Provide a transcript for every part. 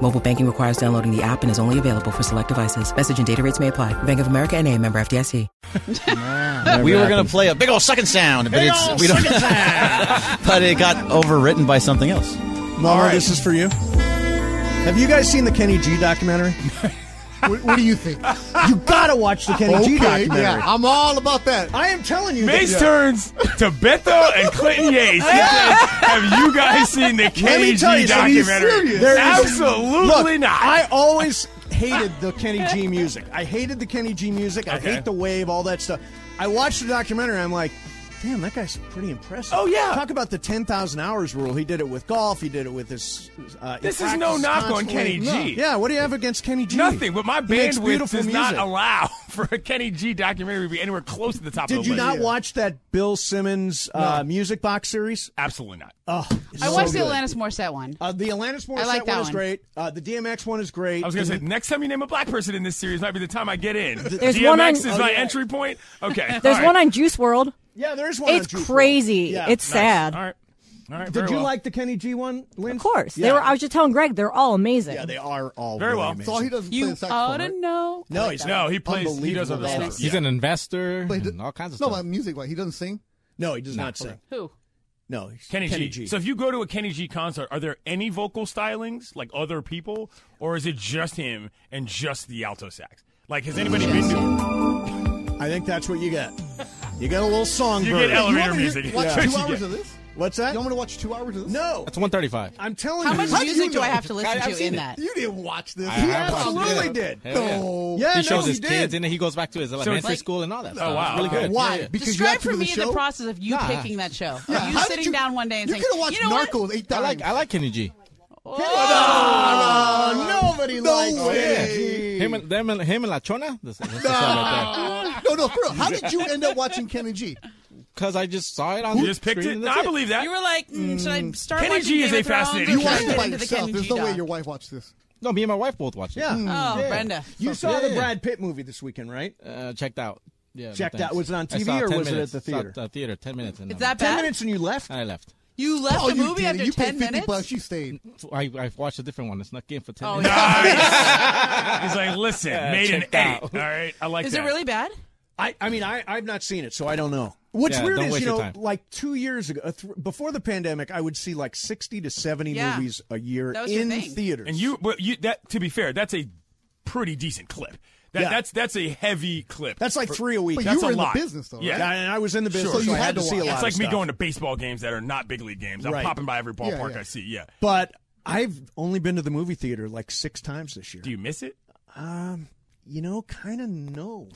Mobile banking requires downloading the app and is only available for select devices. Message and data rates may apply. Bank of America and a member FDIC. we were going to play a big old sucking sound, but it's we don't. but it got overwritten by something else. Mama, this is for you. Have you guys seen the Kenny G documentary? What, what do you think? you gotta watch the Kenny G documentary. yeah, I'm all about that. I am telling you, Mace that- turns to Bethel and Clinton Yates. He says, Have you guys seen the Let me KG tell you, something. documentary? There is- Absolutely Look, not. I always hated the Kenny G music. I hated the Kenny G music. I Okay. hate the wave, all that stuff. I watched the documentary. I'm like, damn, that guy's pretty impressive. Oh, yeah. talk about the ten thousand hours rule. He did it with golf. He did it with his. Uh, he This is no practiced knock on constantly. Kenny G. Yeah, what do you have against Kenny G? Nothing, but my He makes bandwidth does beautiful not music. allow for a Kenny G documentary to be anywhere close to the top of Did the you list. not watch that Bill Simmons uh, music box series? Absolutely not. Oh, it's I so watched the good. Alanis Morissette one. Uh, the Alanis Morissette I like that one is one. great. Uh, the DMX one is great. I was going to say, next time you name a black person in this series might be the time I get in. There's DMX one on- is Oh, my yeah. entry point. Okay. There's all right. one on Juice World. Yeah, there is one. It's on Juice WRLD. crazy. Yeah. It's sad. All right. All right. Did very you well. like the Kenny G one, Lynn? Of course, they were. I was just telling Greg they're all amazing. Yeah, they are all Very really well. amazing. So All he doesn't play the saxophone. Oh, right? no. no, he's No, he plays. He Unbelievable does other ballad. stuff. He's Yeah. an investor But he and d- all kinds of No, stuff. but music like he doesn't sing. No, he does not sing. Who? No, he's Kenny, G. So if you go to a Kenny G concert, are there any vocal stylings like other people, or is it just him and just the alto sax? Like, has anybody been to? I think that's what you get. You get a little song. You get You elevator want me to music. watch Yeah. two Yeah. hours of this? What's You that? want me to watch two hours of this? No, That's 135. I'm telling How you. much How do you music do, know? I have to listen I- I've to in seen it. that? You didn't watch this. I- I Yeah, absolutely yeah. did. Hell yeah. No. Yeah, he no, shows his he did. kids, and then he goes back to his elementary like- school and all that. Oh, stuff. wow. It's really good. Why? Yeah, yeah. Because you Describe have to for do me the the, show? process of you Nah. picking that show. Yeah, You how did sitting you- down one day and you saying, could have watched you know Narcos what? eight I times. like I like Kenny G. Oh, nobody No likes way. Kenny G. Hey. Him and them and him and La Chona. That's, that's Uh-huh. No, no, for real. How did you end up watching Kenny G? Because I just saw it on. You the just picked screen it. and No, that's I believe that. You were like, mm, should I start Kenny watching G Game is of a Thrones fascinating or You should I watched get it by into the yourself. Kenny There's G no way doc? your wife watched this. No, me and my wife both watched it. Yeah. Oh, Brenda. You saw the Yeah. Brad Pitt movie this weekend, right? Uh, checked out. Yeah, no Checked out. thanks. Was it on I TV saw or 10 was it at minutes. the Saw it theater? at the theater. Ten minutes. And Is I'm that Ten bad? minutes and you left. done. I left. You left the Oh, you movie did it. after you 10 paid 50 minutes? bucks. You stayed. I, I watched a different one. It's not game for ten. Oh, minutes. He's like, listen, made an checked eight. out. All right, I like Is that. it really bad? I, I mean, I, I've not seen it, so I don't know. What's Yeah, weird don't is, waste you your know, time. like two years ago, uh, th- before the pandemic, I would see like 60 to 70 Yeah. movies a year That was your in thing. theaters. And you, but you that to be fair, that's a pretty decent clip. That, Yeah. That's that's a heavy clip. That's like For- three a week. But That's you were a in the lot. business, though, Yeah. right? Yeah, and I was in the business, Sure. so, So you I had had to to see a watch. lot It's of like me stuff. going to baseball games that are not big league games. I'm Right. popping by every ballpark yeah. I see. Yeah. But I've only been to the movie theater like six times this year. Do you miss it? um, you know, kind of no.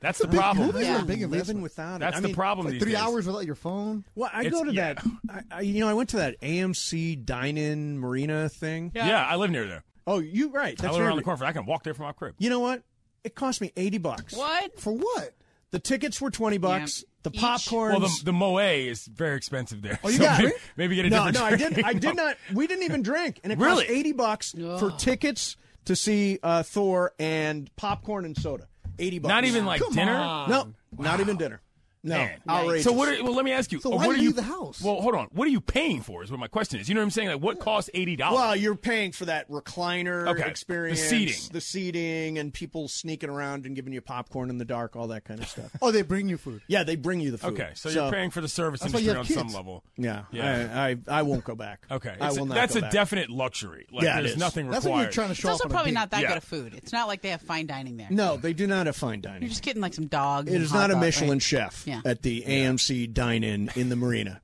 That's the problem. movie. Yeah. a big Living investment. without it. That's I the mean, problem. Like these three days. hours without your phone. Well, I It's- go to yeah. that. I, I, you know, I went to that AMC dine-in marina thing. Yeah. I live near there. Oh, you right. That's I live right. around the corner. I can walk there from my crib. You know what? It cost me eighty bucks. What? For what? The tickets were twenty bucks. The Each? popcorn. Well, the, the moe is very expensive there. Oh, you So got maybe, it? maybe get a no, different. no, I did. drink. I did not. We didn't even drink, and it Really? cost eighty bucks for tickets to see uh, Thor and popcorn and soda. Eighty bucks. Not even like dinner. No, not even dinner. No, Man. outrageous. So what? Are, well, let me ask you. So uh, why what are leave you the house? Well, hold on. What are you paying for? Is what my question is. You know what I'm saying? Like, what costs eighty dollars? Well, you're paying for that recliner Okay. The experience, seating. the seating, and people sneaking around and giving you popcorn in the dark, all that kind of stuff. Oh, they bring you food. yeah, they bring you the food. okay, so, you're paying for the service why you industry on have some kids. level. Yeah, Yeah. I, I, I won't go back. Okay, I It's- will not. that's go a back. definite luxery. Like, Yeah, it there's is. nothing required. That's when you're trying to It's show off. also on a probably date. not that Yeah. good of food. It's not like they have fine dining there. No, they do not have fine You're dining. just getting like some dogs. It and is hot not a dog, Michelin right? chef Yeah. at the AMC dine-in in the marina.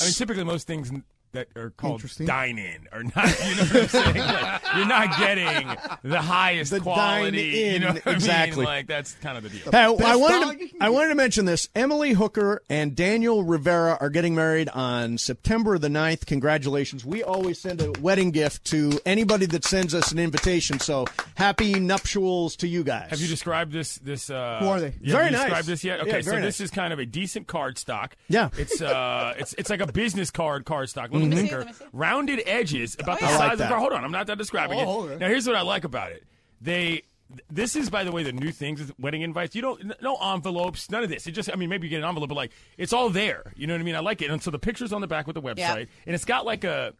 I mean, typically most things that are called Interesting. dine-in are not. You know what I'm saying? Like, you're not getting the highest The quality. you dine-in, know what I exactly. mean? Like that's kind of the deal. Hey, I best wanted dog to, you can I get. wanted to mention this. Emily Hooker and Daniel Rivera are getting married on September the 9th. Congratulations. We always send a wedding gift to anybody that sends us an invitation. So happy nuptials to you guys. Have you described this? This uh, Who are they? Yeah, Very have you nice. Described this yet? Yeah, Okay, so very this nice. is kind of a decent card stock. Yeah. it's uh, it's it's like a business card card stock. Look me at the see it, thicker, let me see it. rounded edges, about yeah. the I size like of that. our. Hold on, I'm not done describing Oh, it. okay. Now here's what I like about it. They. This is, by the way, the new things with wedding invites. You don't no envelopes, none of this. It just, I mean, maybe you get an envelope, but like it's all there. You know what I mean? I like it. And so the pictures on the back with the website, Yeah. and it's got like a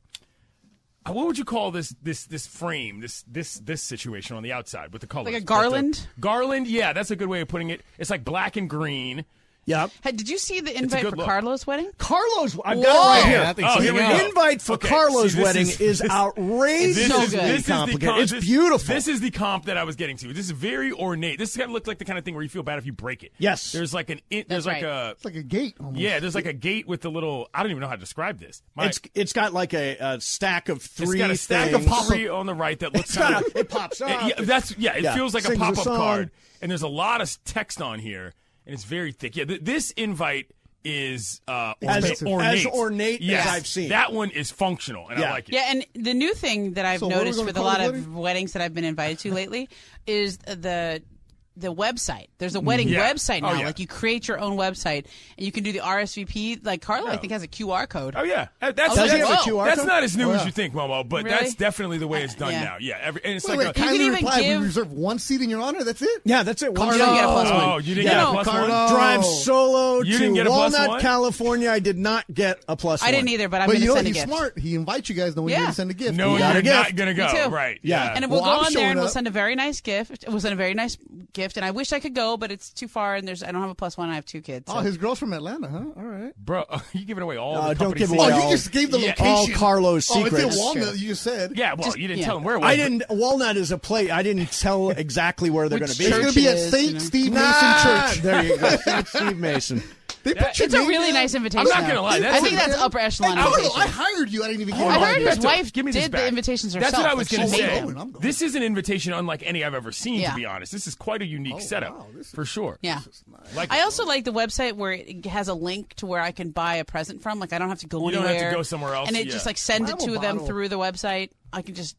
uh, what would you call this this this frame this this this situation on the outside with the colors Like a garland? That's a- garland yeah that's a good way of putting it it's like black and green Yep. Hey, did you see the invite good for look. Carlos' wedding? Carlos, I've got it right Whoa! here. Yeah, I think oh so. here we Yeah. go Invite for Okay, Carlos' see, this wedding is, this- outrageously this is, this is the complicated. comp- it's this- beautiful. This is the comp that I was getting to. This is very ornate. This kind of looks like the kind of thing where you feel bad if you break it. Yes. There's like an. It, there's like right. a. It's like a gate. Almost. Yeah. There's like a gate with the little. I don't even know how to describe this. My, it's it's got like a, a stack of three it's got a stack things. of pottery on the right that It's looks kind got of. a- it pops up. yeah, that's yeah. It Yeah. feels like a Sings a pop up song. card, and there's a lot of text on here, and it's very thick. Yeah, th- this invite is uh, As- as ornate. ornate, ornate as Yes. I've seen. That one is functional, and I Yeah. like it. Yeah, and the new thing that I've So what are we noticed gonna with a call lot the of wedding? weddings that I've been invited to lately is the the website. There's a Mm, wedding Yeah. website Oh, now. yeah. Like you create your own website and you can do the RSVP. Like Carlo, I think has a QR code. Oh yeah, Uh, that's Does that's, it have a QR that's code? not as new as you think, Momo. But Really? Uh, that's definitely the way it's done yeah. now. Yeah, every, and it's Wait, like wait, a, can kindly even reply. give- We reserve one seat in your honor. That's it. Yeah, that's it. One You don't get a plus one. oh, you didn't Yeah. get No, a plus Carlo. one. drive solo Oh. You to didn't get a plus Walnut, one? California. I did not get a plus I didn't one. either, but I'm but going you to know send a he's gift. smart. He invites you guys knowing Yeah. you're gonna send a gift. No, You got you're a gift. not gonna Me go. too. Right? Yeah. And Well, we'll I'm go on there showing and we'll up. send a very nice gift. We'll send a very nice gift, and I wish I could go, but it's too far, and there's I don't have a plus one. I have two kids. so- Oh, his girl's from Atlanta, huh? All right. bro, you giving away all. Uh, the don't company give secrets. away Oh, all- you just gave the Yeah. location. all Carlos oh, secrets. It's in Walnut. You said. Yeah, well, you didn't yeah. tell him where it was. I but- didn't. Walnut is a plate. I didn't tell exactly where they're going to be. It's gonna be at Churches, Saint you know. Steve Nah, Ah! Mason Church. There you go. Saint Steve Mason. They put your It's a name really down. nice invitation. I'm not though. gonna lie, I that's think a- that's upper echelon. Hey, Carlo, invitation. I hired you. I didn't even get. I Hold heard on, his Beto, wife give me this did the back. invitations That's herself. what I was Like, gonna she made say. them. Oh, I'm going. This is an invitation unlike any I've ever seen, Yeah. to be honest. This is quite a unique setup, wow, this for sure. Yeah. Like I also like the website where it has a link to where I can buy a present from. Like I don't have to go You don't anywhere. have to go somewhere else, And it yeah. just like sends Grab it a to them bottle. through the website. I can just.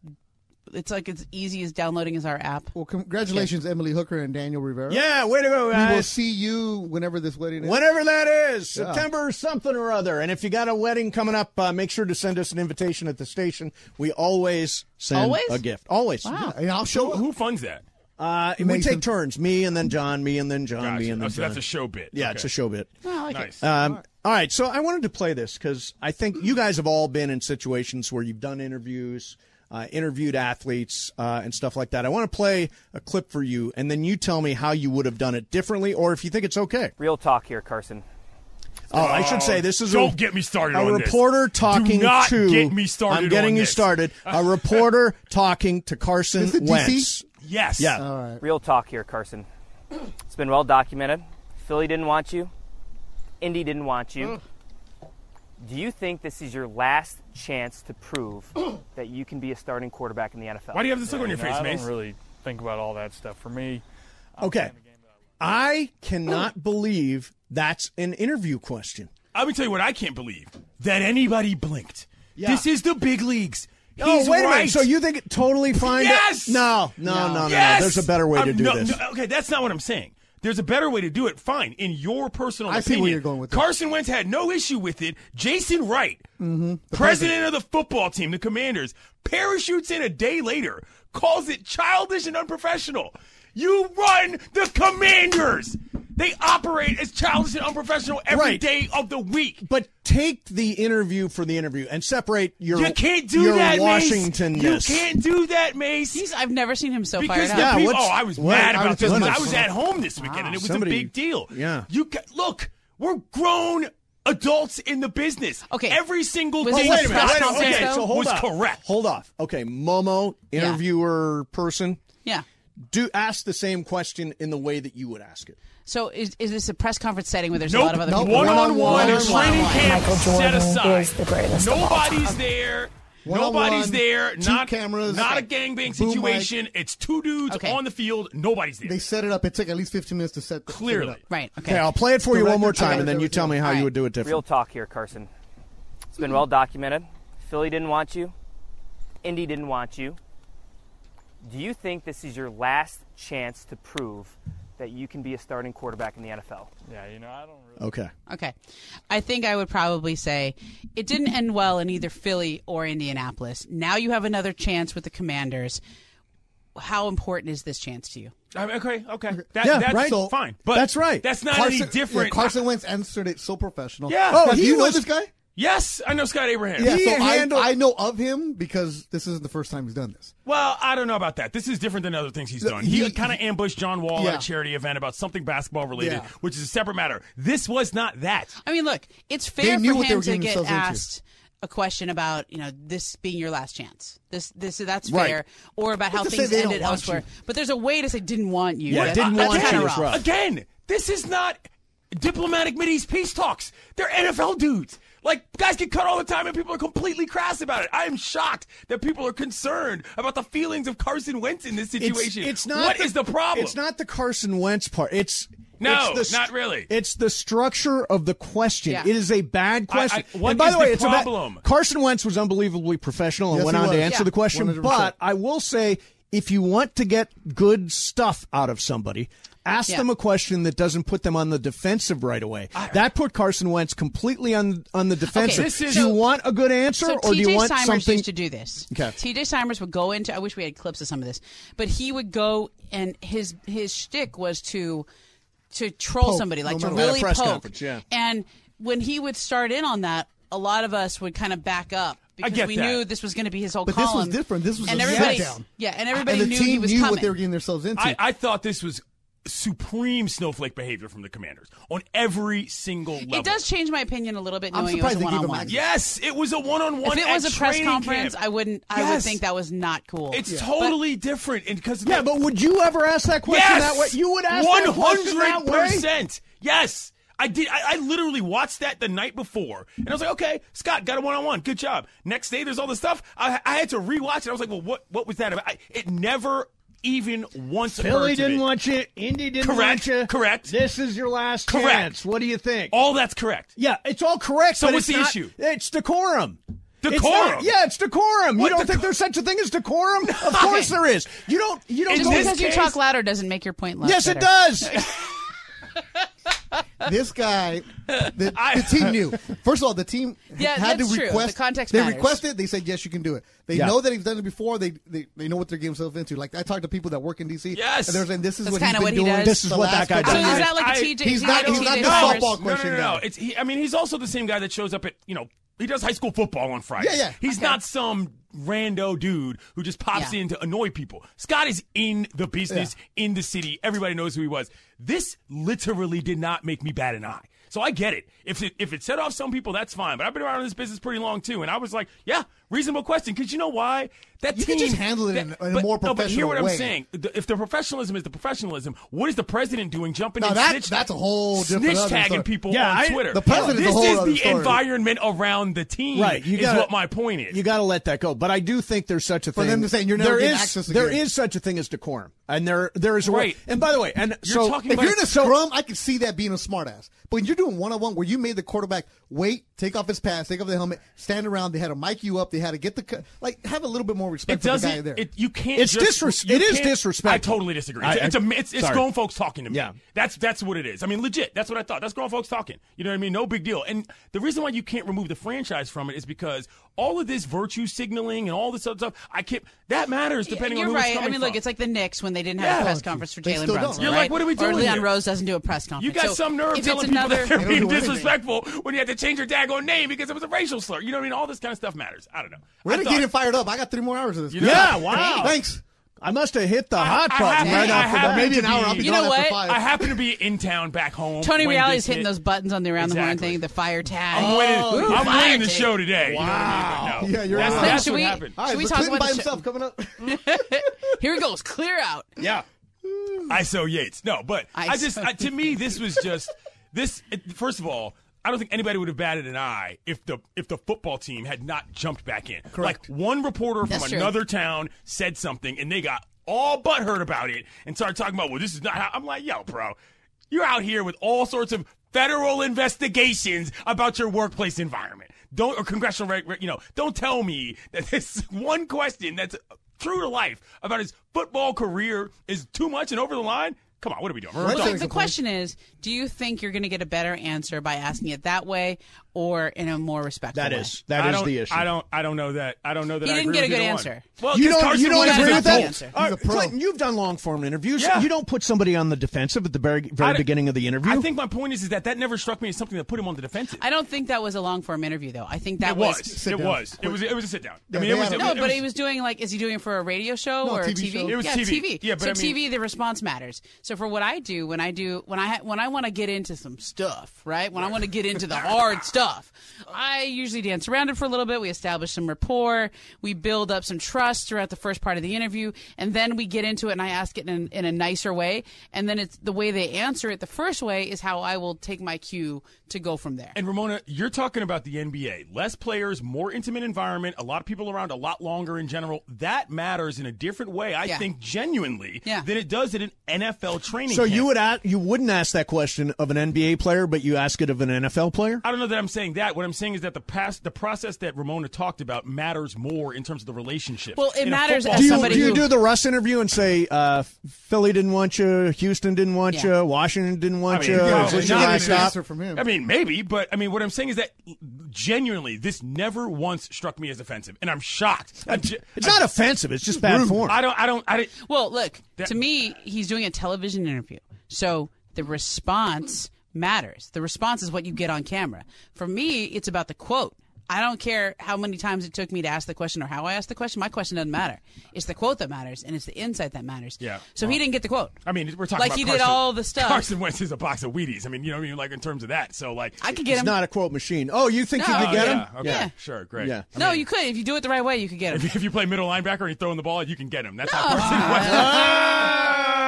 It's like as easy as downloading as our app. Well, congratulations, Emily Hooker and Daniel Rivera. Yeah, way to go, We will guys. see you whenever this wedding is. Whatever that is, September something or other. And if you got a wedding coming up, uh, make sure to send us an invitation at the station. We always send Always? a gift. Always. Yeah, and I'll show. who funds that? Uh, we Mason. take turns. Me and then John. Me and then John. Me Gotcha. and Oh, then so John. that's a show bit. yeah, Okay. it's a show bit. I like it. Nice. Um, all right, so I wanted to play this because I think you guys have all been in situations where you've done interviews, uh, interviewed athletes, uh, and stuff like that. I want to play a clip for you, and then you tell me how you would have done it differently, or if you think it's okay. Real talk here, Carson. Oh, I should say this is don't a, get me started A on this. reporter talking Do not to get me started I'm getting on you this. started. A reporter talking to Carson Is it DC? Wentz. Yes. Yeah. Real talk here, Carson. It's been well documented. Philly didn't want you. Indy didn't want you. Do you think this is your last chance to prove that you can be a starting quarterback in the NFL? Why do you have this look on your You know, face, I Mace? don't really think about all that stuff. For me, Okay, I cannot believe that's an interview question. I'm gonna tell you what I can't believe that anybody blinked. Yeah. This is the big leagues. He's oh, wait a right. minute. So you think it totally fine? to- Yes! No, no, no, no, no. Yes! There's a better way to I'm- do no, this. no, okay, that's not what I'm saying. There's a better way to do it. Fine, in your personal I see where opinion, you're going with this. Carson Wentz had no issue with it. Jason Wright, Mm-hmm. president of the football team, the Commanders, parachutes in a day later, calls it childish and unprofessional. You run the Commanders. They operate as childish and unprofessional every Right. day of the week. But take the interview for the interview and separate your You can't do your that, Washington. Mace. You can't do that, Mace. He's, I've never seen him so fired Because the up. Yeah, people, what's- oh, I was what- mad I about was this. doing because I this. was at home this weekend, and it was Somebody- a big deal. yeah. you ca- look. We're grown adults in the business. Okay. Every single Was thing this wait a minute, discussed wait a on minute, okay, Cisco? so hold was off. correct. Hold off. Okay, Momo, Yeah. interviewer person, Yeah. do ask the same question in the way that you would ask it. So is, is this a press conference setting where there's a Nope. lot of other Nope. people? One-on-one One-on-one. training camp Michael set Jordan aside. is the greatest of all Nobody's there. One-on-one, Nobody's there. two Not cameras, Not a boom gangbang mic. situation. It's two dudes on the field. Nobody's there. They set it up. It took at least 15 minutes to set. set it Clearly. up. Right. Okay, I'll play it for you Director, one more time, okay. and then you tell me how you would do it differently. Real talk here, Carson. It's been well documented. Philly didn't want you. Indy didn't want you. Do you think this is your last chance to prove that you can be a starting quarterback in the NFL? Yeah, you know, I don't really. Okay. Okay. I think I would probably say it didn't end well in either Philly or Indianapolis. Now you have another chance with the Commanders. How important is this chance to you? I mean, okay, okay. That, Yeah, that's right. So, So- fine. But that's right. That's not Carson, any different. Yeah, Carson Wentz answered it so professional. Yeah. Oh, Now, do you know this guy? Yes, I know Scott Abraham. Yeah, so I, I know of him because this isn't the first time he's done this. Well, I don't know about that. This is different than other things he's Look, done. He, he- kind of ambushed John Wall at Yeah. a charity event about something basketball related, Yeah. which is a separate matter. This was not that. I mean, look, it's They fair knew for what they him were to getting get themselves into. asked a question about you know this being your last chance. This this that's Right. fair, or about But how to say things they don't ended want elsewhere. you. But there's a way to say didn't want you. That- Again- that's kinda rough. Again, this is not diplomatic Mideast peace talks. They're NFL dudes. Like guys get cut all the time, and people are completely crass about it. I am shocked that people are concerned about the feelings of Carson Wentz in this situation. It's, it's not What is the problem? It's not the Carson Wentz part. It's No, it's the not really. It's the structure of the question. Yeah. It is a bad I- I- question. what and by is the way, the it's a bad- problem? Carson Wentz was unbelievably professional and Yes, went he on to was. answer Yeah. the question. 100%. But I will say, if you want to get good stuff out of somebody. Ask Yeah. them a question that doesn't put them on the defensive right away. that put Carson Wentz completely on on the defensive. this is- do you want a good answer, So or do you TJ want Simers something used to do this. Okay. TJ Simers would go into. I wish we had clips of some of this, but he would go and his his shtick was to to troll Poke, somebody, like no to matter what. really At a press poke. conference, yeah. And when he would start in on that, a lot of us would kind of back up because get we that. knew this was going to be his whole But this was column. different. This was and a everybody, sit-down. Yeah, and everybody and the knew team he was knew coming. what they were getting themselves into. I, I thought this was supreme snowflake behavior from the Commanders on every single level. it does change my opinion a little bit knowing it was surprised a they gave him one-on-one. that. Yes, it was a one-on-one If it was at a press training conference, camp. I wouldn't. I would Yes. think that was not cool. It's Yeah. But- totally different, and because Yeah, but would you ever ask that question yes! that way? You would ask one that question that hundred way. percent. Yes, I did. I, I literally watched that the night before, and I was like, okay, Scott got a one on one. Good job. Next day, there's all this stuff. I, I had to rewatch it. I was like, well, what what was that about? I, it never even once. Philly occurred to didn't me. want you. Indy didn't want Correct, you. correct. This is your last Correct. chance. What do you think? All that's correct. yeah, it's all correct. So but what's it's the not- issue? It's decorum. It's Decorum? not- yeah, it's decorum. What you don't deco- think there's such a thing as decorum? Of course there is. You don't. You don't. Just go- because you talk louder doesn't make your point less. Yes, it better. does. this guy, the, the team knew. First of all, the team Yeah, had that's to true. request. The context they matters. requested. They said yes, you can do it. They Yeah. know that he's done it before. They, they they know what they're getting themselves into. Like I talked to people that work in DC. Yes. and they're saying this is That's what he's kinda been what he doing. does. This is the what that last guy does. couple So years. is that like a I- TJ He's is not- that a he's not TJ the Simers? softball question No, no, no. no. guy. It's he, I mean, he's also the same guy that shows up at you know he does high school football on Friday. Yeah, yeah. He's not some rando dude who just pops Yeah. in to annoy people. Scott is in the business, in the city. Everybody knows who he was. This literally did not make me bat an eye. So I get it. If it, if it set off some people, that's fine. But I've been around this business pretty long too, and I was like, yeah, reasonable question. Because you know why? That You team can just handle it that- in a- in a but- more no, but hear professional what I'm way. saying. The- If the professionalism is the professionalism, what is the president doing jumping Now and that- snitch, that's a whole different snitch other tagging story. people Yeah, on I- Twitter? the president's this a whole is other the story. environment around the team. Right, you is gotta- what my point is. You got to let that go. But I do think there's such a For thing. them to say, "You're never there getting is- access There again." is such a thing as decorum, and there there is a way. Right. And by the way, and You're so talking If about- you're in a scrum, I can see that being a smartass. But when you're doing one on one, where you made the quarterback wait, take off his pass, take off the helmet, stand around, they had to mic you up, they had to get the cu- like have a little bit more It respect for the guy doesn't. there. It, you can't. It's just, disres- you it is can't- disrespectful. I totally disagree. I- It's, it's, a, I- it's, it's sorry. grown folks talking to me. Yeah. That's that's what it is. I mean, legit. That's what I thought. That's grown folks talking. You know what I mean? No big deal. And the reason why you can't remove the franchise from it is because all of this virtue signaling and all this other stuff. I can't. That matters depending You're on who it's right. I coming mean, look, from. it's like the Knicks when they didn't have Yeah. a press conference for They Jalen still don't, Brunson. You're right? like, what are we Or doing Leon here? Rose doesn't do a press conference. You got So some nerve if telling it's people another, that they're being disrespectful when you had to change your daggone name because it was a racial slur. You know what I mean? All this kind of stuff matters. I don't know. We're I gonna thought- get him fired up. I got three more hours of this. You know- yeah, wow. Thanks. I must have hit the hot button right I after that. happen Maybe to an hour, be- I'll be You know gone after what? five. I happen to be in town back home. Tony when Reale this is hitting hit. those Oh, buttons on the around the horn Exactly. thing, the fire tag. I'm winning. Ooh, I'm fire winning the tag. show today. Wow. Yeah, you're that's, right. that's Should what we- happened. All right, Should we so talk Clinton about by the show? himself coming up? Here it goes. Clear out. Yeah. ISO Yates. No, but I ISO just I, to me this was just this. it- First of all, I don't think anybody would have batted an eye if the if the football team had not jumped back in. Correct. Like one reporter That's from true. another town said something, and they got all butthurt about it and started talking about, well, this is not how. I'm like, yo, bro, you're out here with all sorts of federal investigations about your workplace environment. Don't or congressional, reg- reg- you know, don't tell me that this one question that's true to life about his football career is too much and over the line. Come on, what are we doing? We're Well, adults. the, the question is, do you think you're going to get a better answer by asking it that way or in a more respectful way? I don't- I don't. I don't know that. I don't know that. He I didn't get a agree with good either answer. One. Well, you 'cause don't, you Carson don't Wentz agree is a with goat. that? All right, Clinton, you've done long form interviews. Yeah. You don't put somebody on the defensive at the very, very I- beginning of the interview. I think my point is, is that that never struck me as something that put him on the defensive. I don't think that was a long form interview, though. I think that it was. It was. It was. It was a sit down. I mean, it was. it no, was- it but was- he was doing like, is he doing it for a radio show No, or a TV TV? show. It was yeah, TV. Yeah, but so I mean- TV, the response matters. So for what I do, when I do, when I ha- when I want to get into some stuff, right? When I want to get into the hard stuff, I usually dance around it for a little bit. We establish some rapport. We build up some trust throughout the first part of the interview, and then we get into it. And I ask it in, in a nicer way, and then it's the way they answer it. The first way is how I will take my cue to go from there. And Ramona, you're talking about the NBA. Less players, more intimate environment, a lot of people around a lot longer in general. That matters in a different way, I Yeah. think, genuinely, than it does at an NFL training so camp. you would ask, you wouldn't ask that question of an NBA player, but you ask it of an NFL player. I don't know that I'm saying that. What I'm saying is that the past, the process that Ramona talked about matters more in terms of the relationship. Well, it In a matters football- do you, do, you do the Russ interview and say uh, Philly didn't want you, Houston didn't want Yeah. you, Washington didn't I want mean, you? probably Is this your not. last stop? I mean, maybe, but I mean, what I'm saying is that genuinely, this never once struck me as offensive, and I'm shocked. I'm ge- It's not offensive. It's just bad Rude. form. I don't. I don't. I didn't. Well, look, That- to me, he's doing a television interview. So the response matters. The response is what you get on camera. For me, it's about the quote. I don't care how many times it took me to ask the question or how I asked the question. My question doesn't matter. It's the quote that matters, and it's the insight that matters. Yeah. So he Well, didn't get the quote. I mean, we're talking like about he Carson, did all the stuff. Carson Wentz is a box of Wheaties. I mean, you know what I mean? Like in terms of that. So like, I could get He's him. not a quote machine. Oh, you think No. you could get him? Okay, Yeah. sure, great. Yeah. no, you could if you do it the right way. You could get him. If, if you play middle linebacker and you throw in the ball, you can get him. That's No. how Carson Wentz.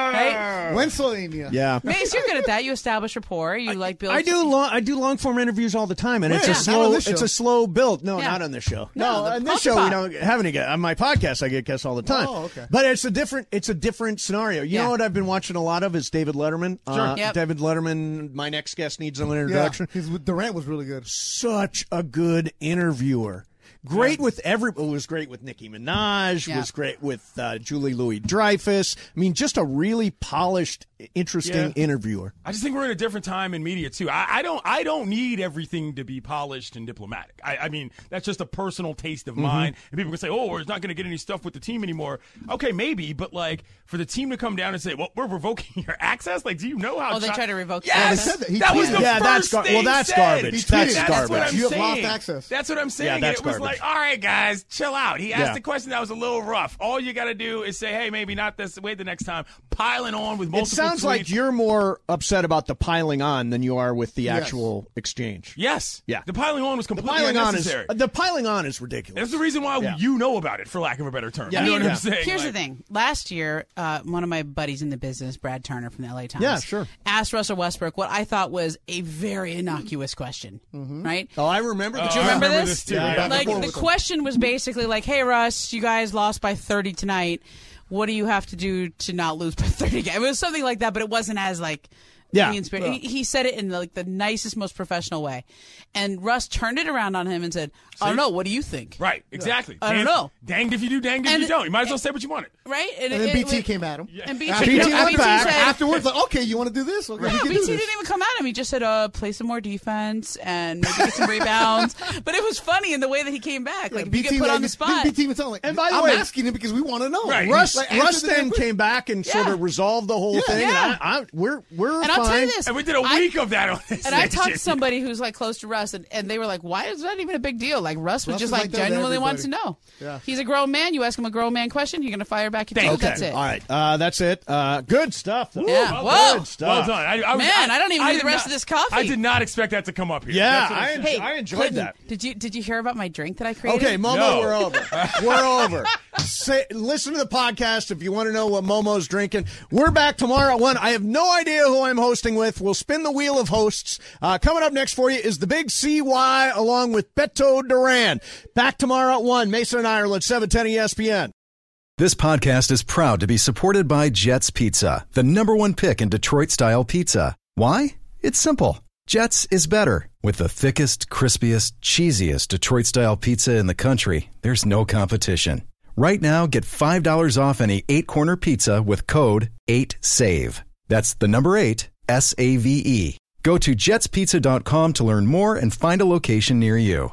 Right? Pennsylvania. Yeah. Mace, you're good at that. You establish rapport. You like build. I do long I do long form interviews all the time, and Where? it's a Yeah, not on slow this it's show. a slow build. No, Yeah. not on this show. No, No, the on this Puff show Pop. we don't have any. gu- On my podcast, I get guests all the time. Oh, okay. But it's a different it's a different scenario. You Yeah. know what I've been watching a lot of is David Letterman. Uh, Sure. Yep. David Letterman. My next guest needs an Yeah, introduction. his Durant was really good. Such a good interviewer. Great with every. It was great with Nicki Minaj. Yeah. Was great with uh, Julie Louis Dreyfus. I mean, just a really polished, interesting Yeah. interviewer. I just think we're in a different time in media too. I, I don't. I don't need everything to be polished and diplomatic. I, I mean, that's just a personal taste of Mhm. mine. And people can say, "Oh, we're not going to get any stuff with the team anymore." Okay, maybe, but like for the team to come down and say, "Well, we're revoking your access," like, do you know how? Oh, they chi- try to revoke your Yes, access? that, was the Yeah, first that's gar- thing well, that's said. garbage. He That's tweeted. garbage. What I'm You have saying. lost access. That's what I'm saying. And that's it was garbage. like, all right, guys, chill out. He asked Yeah. a question that was a little rough. All you got to do is say, "Hey, maybe not this. Wait the next time." Piling on with It multiple. sounds like tweets. you're more upset about the piling on than you are with the Yes. actual exchange. Yes. Yeah. The piling on was completely piling on is uh, unnecessary. the piling on is ridiculous. That's the reason why Yeah. you know about it, for lack of a better term. Yeah. You know I mean, what I'm saying? Here's Like, the thing. Last year, uh, one of my buddies in the business, Brad Turner from the LA Times, Yeah, sure. asked Russell Westbrook what I thought was a very innocuous question, right? Oh, I remember. Do you remember, this? Like the question was basically like, "Hey Russ, you guys lost by 30 tonight. What do you have to do to not lose by 30?" again?" It was something like that, but it wasn't as like Yeah. mean spirit. Yeah. He, he said it in like the nicest, most professional way, and Russ turned it around on him and said, "I don't See? know. What do you think?" Right, exactly. I don't Dang- know. Danged if you do, danged if And- you don't. You might as well say what you wanted. Right? And then BT came at him. And BT, After- BT went back. said- afterwards, like, okay, you want to do this? Okay, we Yeah, can BT do this. didn't even come at him. He just said, uh, play some more defense and maybe get some rebounds. But it was funny in the way that he came back. Like, if you get put like, on the this- spot. BT was telling, like, And by the I'm way- asking him because we want to know. Russ, Like, answer Russ the then damn came back and sort Yeah. of resolved the whole Yeah. thing. and Yeah. I, I, we're we're and I'll tell you this. And we did a I- week of that on this. And I talked station. to somebody who's like close to Russ, and, and they were like, "Why is that even a big deal?" Like Russ was Russ just is like, like that to genuinely wants to everybody. know. Yeah. He's a grown man. You ask him a grown man question, you're gonna fire back. At you. Okay. That's it. All right. Uh, that's it. Uh, good stuff. Though. Yeah. Whoa. Good stuff. Well done. I, I was, Man, I don't even need did the rest of this coffee. I did not expect that to come up here. Yeah, That's what I, said. en- Hey, I enjoyed Clinton, that. Did you did you hear about my drink that I created? Okay, Momo, No. we're over. We're over. Say, listen to the podcast if you want to know what Momo's drinking. We're back tomorrow at 1. I have no idea who I'm hosting with. We'll spin the wheel of hosts. Uh, coming up next for you is the big CY along with Beto Duran. Back tomorrow at 1. Mason and Ireland, 710 ESPN. This podcast is proud to be supported by Jets Pizza, the number one pick in Detroit style pizza. Why? It's simple. Jets is better. With the thickest, crispiest, cheesiest Detroit style pizza in the country, there's no competition. Right now, get $5 off any eight corner pizza with code 8SAVE. That's the number eight, S A V E. Go to jetspizza.com to learn more and find a location near you.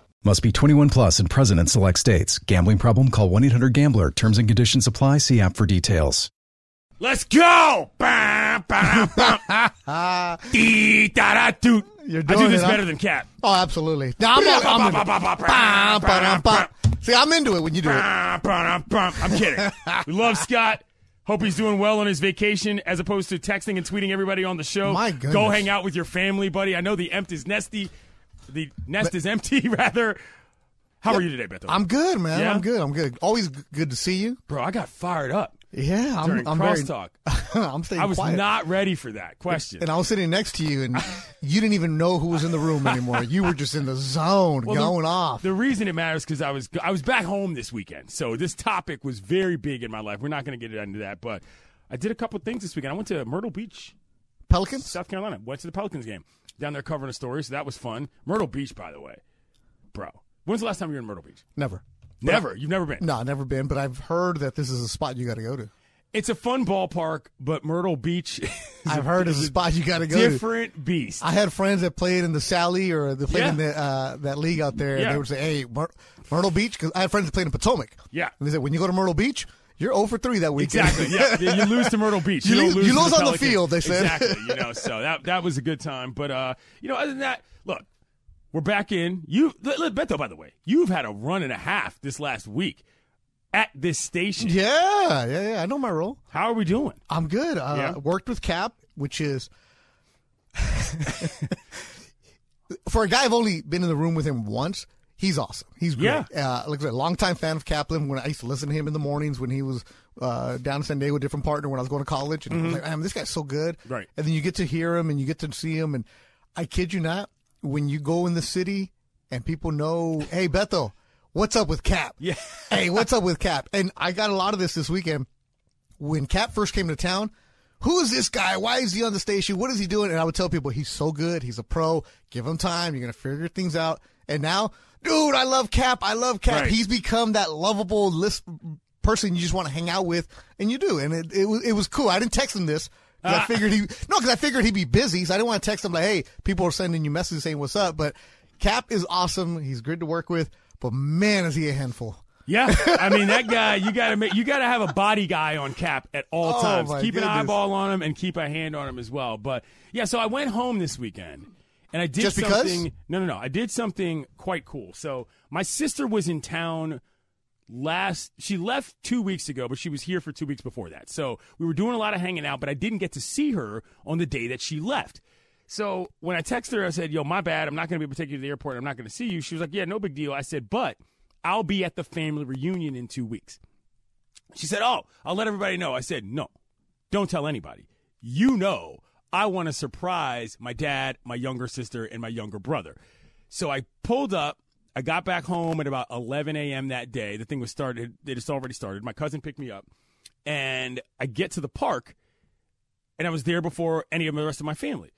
Must be 21 plus and present in select states. Gambling problem? Call 1 800 Gambler. Terms and conditions apply. See app for details. Let's go. Bah, bah, bah. Dee, da, da, doot. You're I do doing this it, huh? better than Cat. Oh, absolutely. No, I'm, all- I'm into it. Bum, ba-dum, bum. See, I'm into it when you do it. I'm kidding. We love Scott. Hope he's doing well on his vacation as opposed to texting and tweeting everybody on the show. My Go goodness. hang out with your family, buddy. I know the empty is nesty. The nest is empty, rather. How are you today, Beto? I'm good, man. Yeah? I'm good. I'm good. Always g- good to see you. Bro, I got fired up Yeah, I'm, during I'm very. crosstalk. I'm staying I was quiet. not ready for that question. And I was sitting next to you, and you didn't even know who was in the room anymore. You were just in the zone, Well, the- going off. The reason it matters because I was I was back home this weekend, so this topic was very big in my life. We're not going to get into that, but I did a couple things this weekend. I went to Myrtle Beach, Pelicans. South Carolina. Went to the Pelicans game down there covering a story, so that was fun. Myrtle Beach, by the way, bro. When's the last time you were in Myrtle Beach? Never. Never. You've never been. No, I've never been, but I've heard that this is a spot you got to go to. It's a fun ballpark, but Myrtle Beach. Is I've heard it's a spot you got to go to. different beast. I had friends that played in the Sally or they played Yeah. in the, uh, that league out there, Yeah. and they would say, "Hey, Myr- Myrtle Beach." Because I had friends that played in Potomac. Yeah. and they said, "When you go to Myrtle Beach, you're 0 for three that weekend." Exactly. Yeah, Yeah, you lose to Myrtle Beach. You, You don't lose- lose. you to lose on the Pelicans. field, they said. Exactly. You know, so that that was a good time. But uh, you know, other than that, look, we're back in. You, let, let, Beto, by the way, you've had a run and a half this last week at this station. yeah, yeah, yeah. I know my role. How are we doing? I'm good. Uh, Yeah. Worked with Cap, which is for a guy I've only been in the room with him once. He's awesome. He's great. Uh, like I said, longtime fan of Kaplan. When I used to listen to him in the mornings when he was uh, down in San Diego, with a different partner when I was going to college, and I was like, "Man, this guy's so good." Mm-hmm. Right. And then you get to hear him and you get to see him, and I kid you not, when you go in the city and people know, "Hey, Bethel, what's up with Cap?" Yeah. hey, what's up with Cap? And I got a lot of this this weekend when Cap first came to town, who is this guy? Why is he on the station? What is he doing? And I would tell people, he's so good. He's a pro. Give him time. You're going to figure things out. And now, dude, I love Cap. I love Cap. Right. He's become that lovable list person you just want to hang out with. And you do. And it, it, was, it was cool. I didn't text him this. 'cause Ah. I figured he, no, cause I figured he'd be busy. So I didn't want to text him like, Hey, people are sending you messages saying what's up. But Cap is awesome. He's good to work with, but man, is he a handful. Yeah, I mean that guy. You gotta make. You gotta have a body guy on Cap at all Oh, times. my Keep an goodness. eyeball on him and keep a hand on him as well. But yeah, so I went home this weekend and I did Just because? something. No, no, no. I did something quite cool. So my sister was in town last. She left two weeks ago, but she was here for two weeks before that. So we were doing a lot of hanging out, but I didn't get to see her on the day that she left. So when I texted her, I said, "Yo, my bad. I'm not going to be able to take you to the airport. I'm not going to see you." She was like, "Yeah, no big deal." I said, "But I'll be at the family reunion in two weeks." She said, "Oh, I'll let everybody know." I said, "No, don't tell anybody. You know, I want to surprise my dad, my younger sister, and my younger brother." So I pulled up. I got back home at about 11 a.m. that day. The thing was started. It had already started. My cousin picked me up, and I get to the park, and I was there before any of the rest of my family.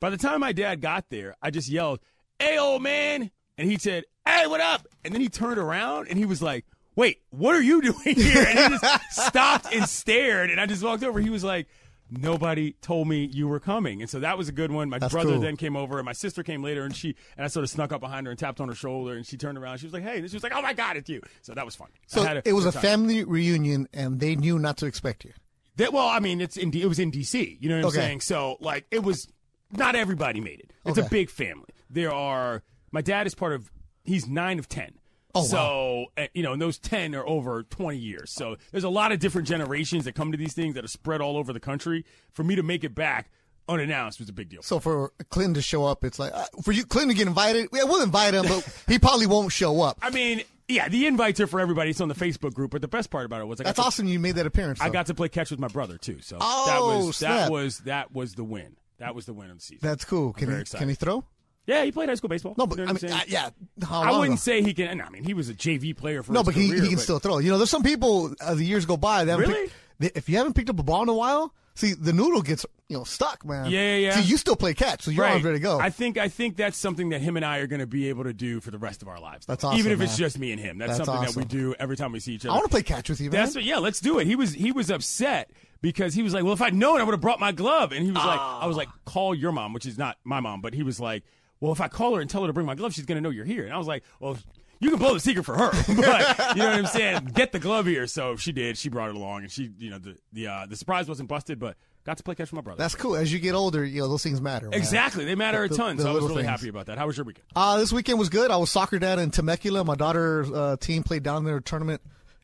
By the time my dad got there, I just yelled, "Hey, old man!" And he said, "Hey, what up?" And then he turned around and he was like, "Wait, what are you doing here?" And he just stopped and stared. And I just walked over. He was like. Nobody told me you were coming, and so that was a good one. My That's brother cool. then then came over and my sister came later and she and I sort of snuck up behind her and tapped on her shoulder and she turned around. She was like, "Hey," and she was like, "Oh my god, it's you!" So that was fun. So I had it was good a time. family reunion, and they knew not to expect you. That, well, I mean, it's in D- it was in D.C. You know what I'm Okay. saying? So like, it was not everybody made it. It's a Okay. big family. There are my dad is part of. He's nine of ten. Oh, so uh, you know, and those ten are over twenty years. So there's a lot of different generations that come to these things that are spread all over the country. For me to make it back unannounced was a big deal. So for Clinton to show up, it's like uh, for you Clinton to get invited. Yeah, we'll invite him, but he probably won't show up. I mean, yeah, the invites are for everybody. It's on the Facebook group. But the best part about it was I got That's to, awesome. You made that appearance. I though. got to play catch with my brother too. So that Oh, was snap. that was that was the win. That was the win of the season. That's cool. I'm Can very he, excited. can he throw? Yeah, he played high school baseball. No, but I mean, I- yeah, how I long wouldn't ago? say he can. No, I mean, he was a JV player for no, his but he, career, he can but- still throw. You know, there's some people uh, the years go by. That Really? if you haven't picked up a ball in a while, see the noodle gets you know stuck, man. Yeah, yeah, yeah. See, you still play catch, so you're right. always ready to go. I think I think that's something that him and I are going to be able to do for the rest of our lives. That's awesome, Even if it's man. just me and him, that's, That's something awesome. that we do every time we see each other. I want to play catch with you, man. That's what, yeah, let's do it. He was he was upset because he was like, well, if I'd known, I would have brought my glove. And he was like, I was like, call your mom, which is not my mom, but he was like, well, if I call her and tell her to bring my glove, she's gonna know you're here. And I was like, well. You can blow the secret for her, but you know what I'm saying. Get the glove here. So she did. She brought it along, and she, you know, the the uh, the surprise wasn't busted, but got to play catch with my brother. That's cool. As you get older, you know those things matter. man. exactly. They matter a The- ton. the so I was little really things. happy about that. How was your weekend? Uh, this weekend was good. I was soccer down in Temecula. My daughter's uh, team played down there a tournament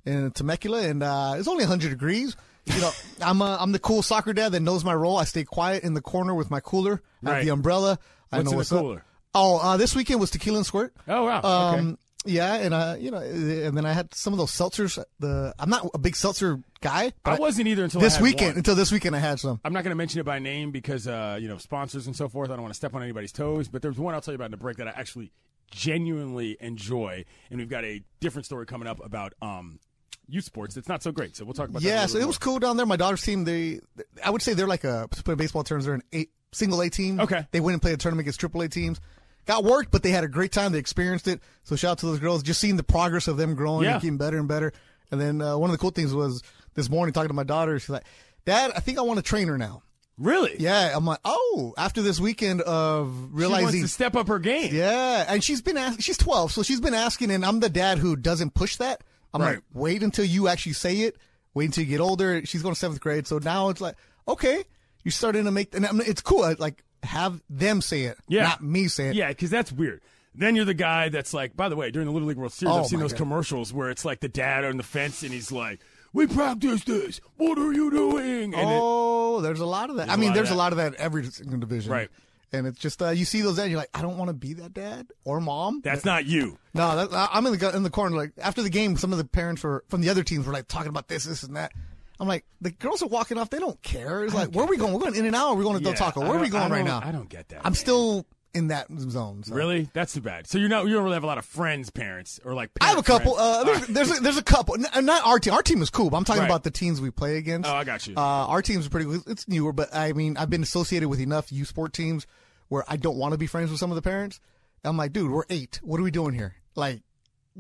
in Temecula, and uh, it's only 100 degrees. You know, I'm uh, I'm the cool soccer dad that knows my role. I stay quiet in the corner with my cooler, I have Right. the umbrella. I What's know in the what's up. cooler? Oh, uh, this weekend was tequila and squirt. Oh, wow. Um, Yeah, and uh, you know, and then I had some of those seltzers. The I'm not a big seltzer guy. but I wasn't either until I this had weekend. one. Until this weekend, I had some. I'm not going to mention it by name because uh, you know sponsors and so forth. I don't want to step on anybody's toes. But there's one I'll tell you about in the break that I actually genuinely enjoy, and we've got a different story coming up about um, youth sports. That's not so great. So we'll talk about. Yeah, that a so little it was cool down there. My daughter's team, they, I would say they're like a, to put it in baseball terms, they're an eight, single A team. Okay. They went and played a tournament against triple A teams. Got worked, but they had a great time. They experienced it. So shout out to those girls. Just seeing the progress of them growing Yeah. and getting better and better. And then uh, one of the cool things was this morning talking to my daughter, she's like, Dad, I think I want a trainer now. Really? Yeah. I'm like, oh, after this weekend of more. realizing. she wants to step up her game. Yeah, and she's been ask- she's 12, so she's been asking and I'm the dad who doesn't push that. I'm Right. like, "Wait until you actually say it. Wait until you get older." She's going to 7th grade, so now it's like, "Okay, you're starting to make and I mean, it's cool. I, like have them say it, Yeah. not me say it." Yeah, because that's weird. Then you're the guy that's like, by the way, during the Little League World Series, Oh, I've seen my those God. commercials where it's like the dad on the fence and he's like, we practiced this. What are you doing? And it- oh, there's a lot of that. I There's a mean, lot of there's that. a lot of that in every single division. Right. And it's just uh, you see those and you're like, "I don't want to be that dad or mom." that's not you. No, that, I- I'm in the gu- in the corner. Like after the game, some of the parents were from the other teams were like talking about this, this, and that. I'm like, the girls are walking off. They don't care. It's like, where are we going? We're going in and out. We're going to Del Yeah, Taco. I Where are we don't- I going right now? don't- I don't get that, I'm still in that zone. so. Really? That's too bad. So you're not, you don't really have a lot of friends, parents, or like. I have a parent couple. friends. Uh, there's, there's a, there's a couple. N- uh, not our team. Our team is cool. But I'm talking Right. about the teams we play against. Oh, I got you. Uh, our team's pretty. good. It's newer, but I mean, I've been associated with enough U Sport teams where I don't want to be friends with some of the parents. I'm like, dude, we're eight. What are we doing here? Like,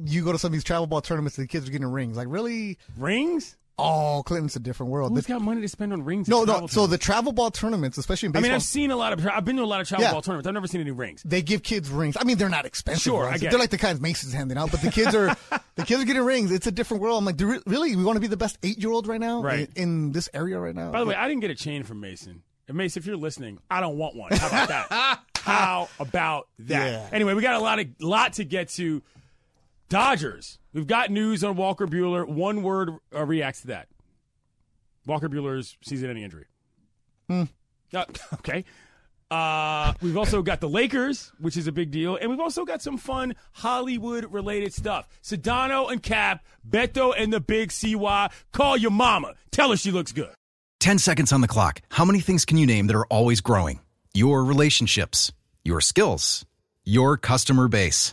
you go to some of these travel ball tournaments and the kids are getting rings. Like, really? Rings? Oh, Clinton's a different world. Who's The- got money to spend on rings? and no, no. travel So tournaments? the travel ball tournaments, especially in I baseball, mean, I've seen a lot of. I've been to a lot of travel Yeah. ball tournaments. I've never seen any rings. they give kids rings. I mean, they're not expensive. Sure, rings. I get they're it. like the kinds Mason's handing out, but the kids are the kids are getting rings. It's a different world. I'm like, do re- really? We want to be the best eight year old right now, Right. In, in this area right now. By the way, I didn't get a chain from Mason. And Mason, if you're listening, I don't want one. How about that? How about that? Yeah. Anyway, we got a lot of lot to get to. Dodgers. We've got news on Walker Bueller. One word uh, reacts to that. Walker Bueller's season-ending injury. Hmm. Uh, okay. Uh, we've also got the Lakers, which is a big deal, and we've also got some fun Hollywood-related stuff. Sedano and Cap, Beto and the Big CY. Call your mama. Tell her she looks good. 10 seconds on the clock. How many things can you name that are always growing? Your relationships, your skills, your customer base.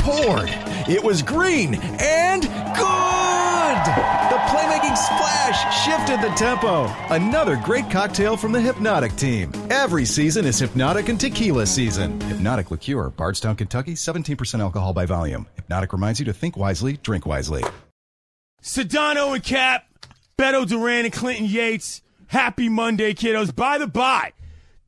poured. It was green and good! The playmaking splash shifted the tempo. Another great cocktail from the Hypnotic team. Every season is Hypnotic and Tequila season. Hypnotic Liqueur, Bardstown, Kentucky, 17% alcohol by volume. Hypnotic reminds you to think wisely, drink wisely. Sedano and Cap, Beto Duran and Clinton Yates. Happy Monday, kiddos. By the by,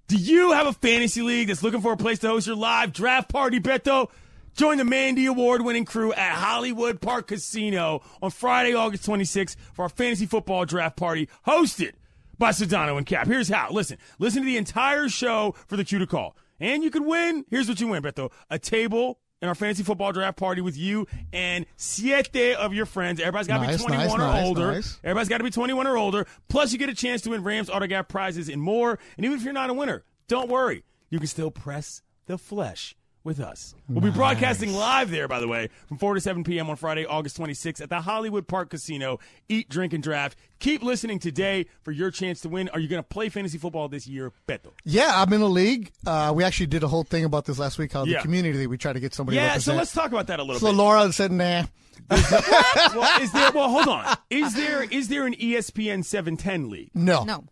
do you have a fantasy league that's looking for a place to host your live draft party, Beto? Join the Mandy Award winning crew at Hollywood Park Casino on Friday, August 26th for our fantasy football draft party hosted by Sedano and Cap. Here's how. Listen, listen to the entire show for the cue to call. And you could win. Here's what you win, Beto. A table in our fantasy football draft party with you and siete of your friends. Everybody's got to Nice, be 21 nice, or nice, older. nice. Everybody's got to be 21 or older. Plus, you get a chance to win Rams autograph prizes and more. And even if you're not a winner, don't worry. You can still press the flesh with us. We'll be Nice. broadcasting live there, by the way, from 4 to 7 p.m. on Friday, August 26th at the Hollywood Park Casino. Eat, drink, and draft. Keep listening today for your chance to win. Are you going to play fantasy football this year, Beto? Yeah, I'm in a league. Uh, we actually did a whole thing about this last week. How Yeah. the community we try to get somebody. to yeah, so represent. let's talk about that a little So bit. Laura said, "Nah." well, is there? Well, hold on. Is there? Is there an E ESPN 710 league? No. No.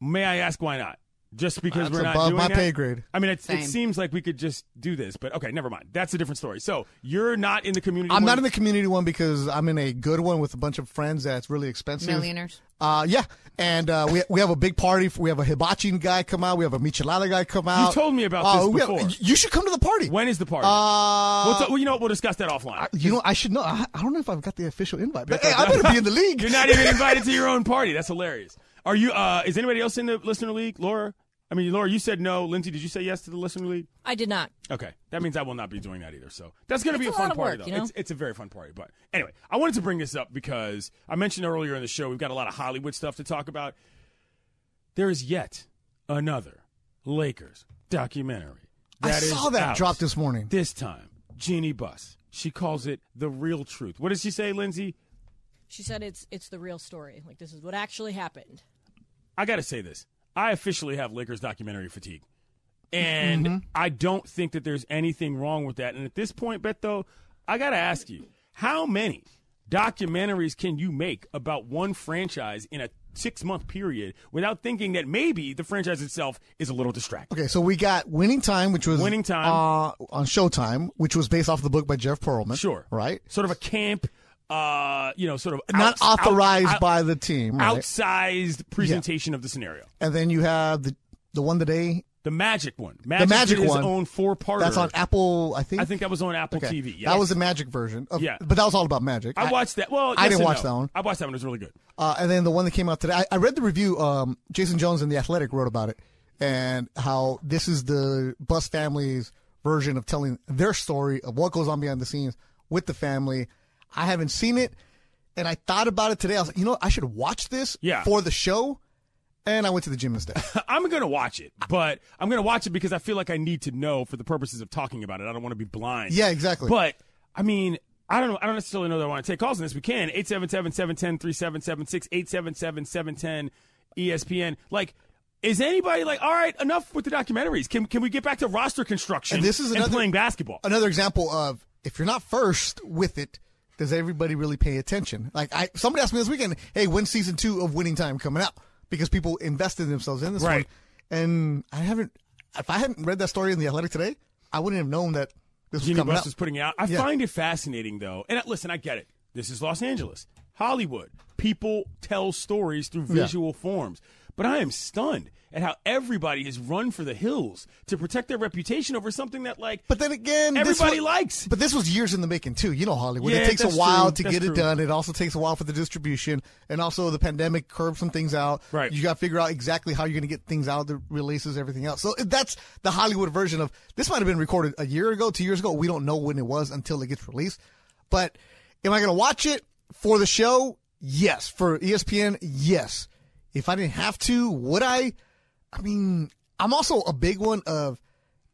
May I ask why not? Just because That's we're not above doing my that? pay grade. I mean, it's, it Same. seems like we could just do this, but okay, never mind. That's a different story. So you're not in the community. I'm one- not in the community one because I'm in a good one with a bunch of friends that's really expensive. Millionaires. Uh, yeah, and uh, we we have a big party. We have a hibachi guy come out. We have a michelada guy come out. You told me about Uh, this we have- before. you should come to the party. When is the party? Uh, We'll t- well, you know what? We'll discuss that offline. you know, I should know. I, I don't know if I've got the official invite, but hey, I'm gonna be in the league. You're not even invited to your own party. That's hilarious. Are you? Uh, is anybody else in the listener league? Laura. I mean, Laura, you said no. Lindsay, did you say yes to the listener league? I did not. Okay, that means I will not be doing that either. So that's going to It's be a a fun lot of party, work, though. you know? It's it's a very fun party. But anyway, I wanted to bring this up because I mentioned earlier in the show we've got a lot of Hollywood stuff to talk about. There is yet another Lakers documentary. I that is saw that out. drop this morning. This time, Jeannie Buss. She calls it the real truth. What does she say, Lindsay? She said it's it's the real story. Like this is what actually happened. I got to say this. I officially have Lakers documentary fatigue. And Mm-hmm. Mhm. I don't think that there's anything wrong with that. And at this point, Beto, I got to ask you how many documentaries can you make about one franchise in a six month period without thinking that maybe the franchise itself is a little distracting? Okay, so we got Winning Time, which was Winning Time. uh, on Showtime, which was based off the book by Jeff Pearlman. Sure, right? Sort of a camp, uh, you know, sort of Not outs- out- authorized out- by the team. Right? outsized presentation of the scenario. And then you have the the one today, The Magic one. Magic the Magic did his one, own four parter. That's on Apple, I think. I think that was on Apple Okay. TV. That yes. was the Magic version. Of, Yeah. but that was all about Magic. I watched that. Well, I yes didn't and watch no. that one. I watched that one. It was really good. Uh, and then the one that came out today, I, I read the review. Um, Jason Jones in the Athletic wrote about it and how this is the Bus family's version of telling their story of what goes on behind the scenes with the family. I haven't seen it, and I thought about it today. I was like, you know, what? I should watch this Yeah. for the show, and I went to the gym instead. I'm going to watch it, but I'm going to watch it because I feel like I need to know for the purposes of talking about it. I don't want to be blind. Yeah, exactly. But, I mean, I don't know. I don't necessarily know that I want to take calls on this. We can. 877 710 3776, 877 710 ESPN. Like, is anybody like, all right, enough with the documentaries? Can, can we get back to roster construction And this is another- playing basketball? another example of if you're not first with it, does everybody really pay attention? Like I somebody asked me this weekend, hey, when's season two of Winning Time coming out? Because people invested themselves in this Right. one, and I haven't. If I hadn't read that story in the Athletic today, I wouldn't have known that this was Genie coming Bus out. is putting it out. I Yeah. find it fascinating, though. And uh, listen, I get it. This is Los Angeles, Hollywood. People tell stories through Yeah. visual forms. But I am stunned at how everybody has run for the hills to protect their reputation over something that, like, but then again, this everybody was- likes. But this was years in the making too. You know Hollywood. Yeah, it takes a that's while true. to That's get true. it done. It also takes a while for the distribution, and also the pandemic curbed some things out. Right. You got to figure out exactly how you're going to get things out, the releases, everything else. So that's the Hollywood version of this. Might have been recorded a year ago, two years ago. We don't know when it was until it gets released. But am I going to watch it for the show? Yes. For E ESPN, yes. If I didn't have to, would I? I mean, I'm also a big one of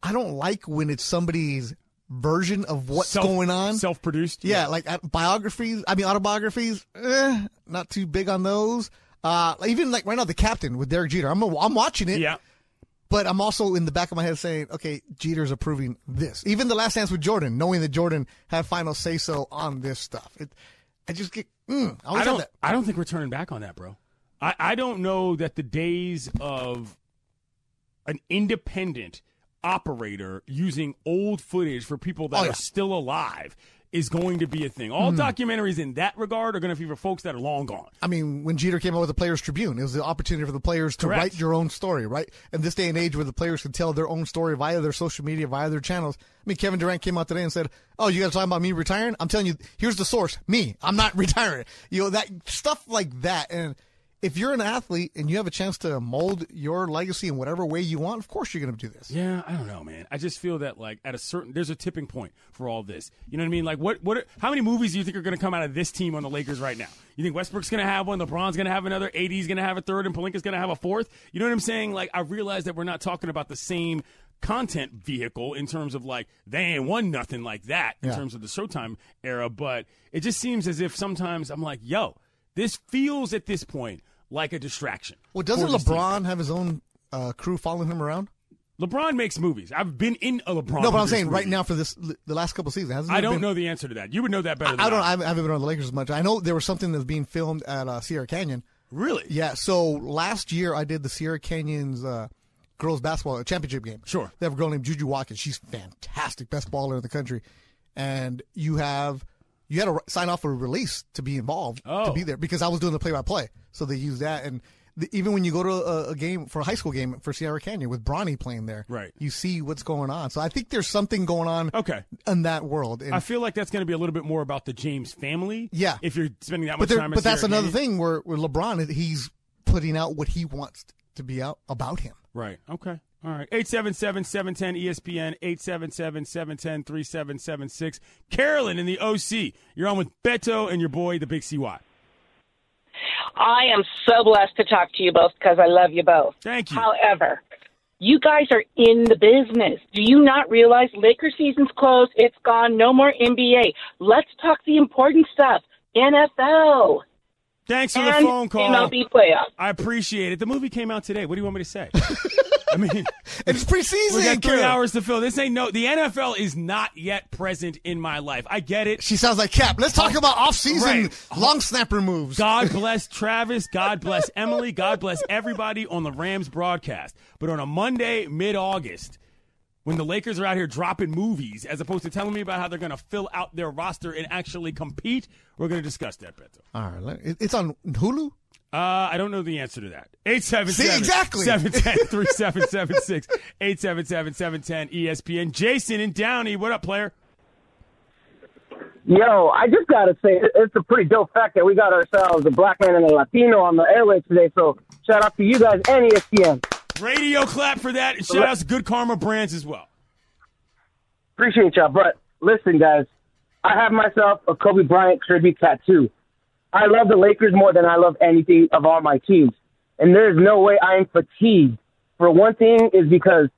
I don't like when it's somebody's version of what's Self- going on. Self-produced. Yeah, like uh, biographies, I mean autobiographies, eh, not too big on those. Uh even like right now the captain with Derek Jeter. I'm a, I'm watching it. Yeah. But I'm also in the back of my head saying, okay, Jeter's approving this. Even the last dance with Jordan, knowing that Jordan had final say so on this stuff. It, I just get, mm, I, always I have don't. that. I don't think we're turning back on that, bro. I, I don't know that the days of an independent operator using old footage for people that Oh, yeah. are still alive is going to be a thing. All Mm. documentaries in that regard are going to be for folks that are long gone. I mean, when Jeter came out with the Players Tribune, it was the opportunity for the players to Correct. write your own story, right? And this day and age where the players can tell their own story via their social media, via their channels. I mean, Kevin Durant came out today and said, Oh, you guys talking about me retiring? I'm telling you, here's the source. Me. I'm not retiring. You know, that stuff like that. And if you're an athlete and you have a chance to mold your legacy in whatever way you want, of course you're going to do this. Yeah, I don't know, man. I just feel that like at a certain there's a tipping point for all this. You know what I mean? Like what what are, how many movies do you think are going to come out of this team on the Lakers right now? You think Westbrook's going to have one, LeBron's going to have another, AD's going to have a third and Palinka's going to have a fourth? You know what I'm saying? Like I realize that we're not talking about the same content vehicle in terms of like they ain't won nothing like that in Yeah. terms of the Showtime era, but it just seems as if sometimes I'm like, yo, this feels at this point like a distraction. Well, doesn't for this team. LeBron have his own uh, crew following him around? LeBron makes movies. I've been in a no, LeBron. but I'm produced saying movie. right now for this, the last couple of seasons, hasn't I there don't been- know the answer to that. You would know that better. Than I don't. I haven't been on the Lakers as much. I know there was something that was being filmed at uh, Sierra Canyon. Really? Yeah. So last year I did the Sierra Canyon's uh, girls basketball uh, championship game. Sure. They have a girl named Juju Watkins. She's fantastic, best baller in the country. And you have you had to re- sign off for a release to be involved to be there because I was doing the play by play. So they used that and. The, even when you go to a, a game for a high school game for Sierra Canyon with Bronny playing there, right? Oh. You see what's going on. So I think there's something going on. Okay. In that world, and I feel like that's going to be a little bit more about the James family. Yeah. If you're spending that but much there, time. but that's another thing where, where LeBron he's putting out what he wants to be out about him. Right. Okay. All right. E 877-710-ESPN, 877-710-3776. Carolyn in the OC. You're on with Beto and your boy, the Big CY. I am so blessed to talk to you both because I love you both. Thank you. Oh, However, you guys are in the business. Do you not realize Laker season's closed? It's gone. No more NBA. Let's talk the important stuff. NFL. Thanks for and the phone call. MLB playoff. I appreciate it. The movie came out today. What do you want me to say? I mean, it's preseason. We got three Kid. hours to fill. This ain't no. The NFL is not yet present in my life. I get it. She sounds like Cap. Let's talk about off-season Oh. Right. long snapper moves. God bless Travis. God bless Emily. God bless everybody on the Rams broadcast. But on a Monday, mid August, when the Lakers are out here dropping movies as opposed to telling me about how they're going to fill out their roster and actually compete, we're going to discuss that, Beto. All right, let- it- it's on Hulu. Uh, I don't know the answer to that. 877 See, exactly. 710 3776. 877 710 ESPN. Jason and Downey, what up, player? Yo, I just gotta say, it- it's a pretty dope fact that we got ourselves a black man and a Latino on the airways today. So shout out to you guys and E ESPN. Radio clap for that. And shout out to Good Karma Brands as well. Appreciate y'all. But listen, guys, I have myself a Kobe Bryant tribute tattoo. I love the Lakers more than I love anything of all my teams, and there's no way I am fatigued. For one thing, is because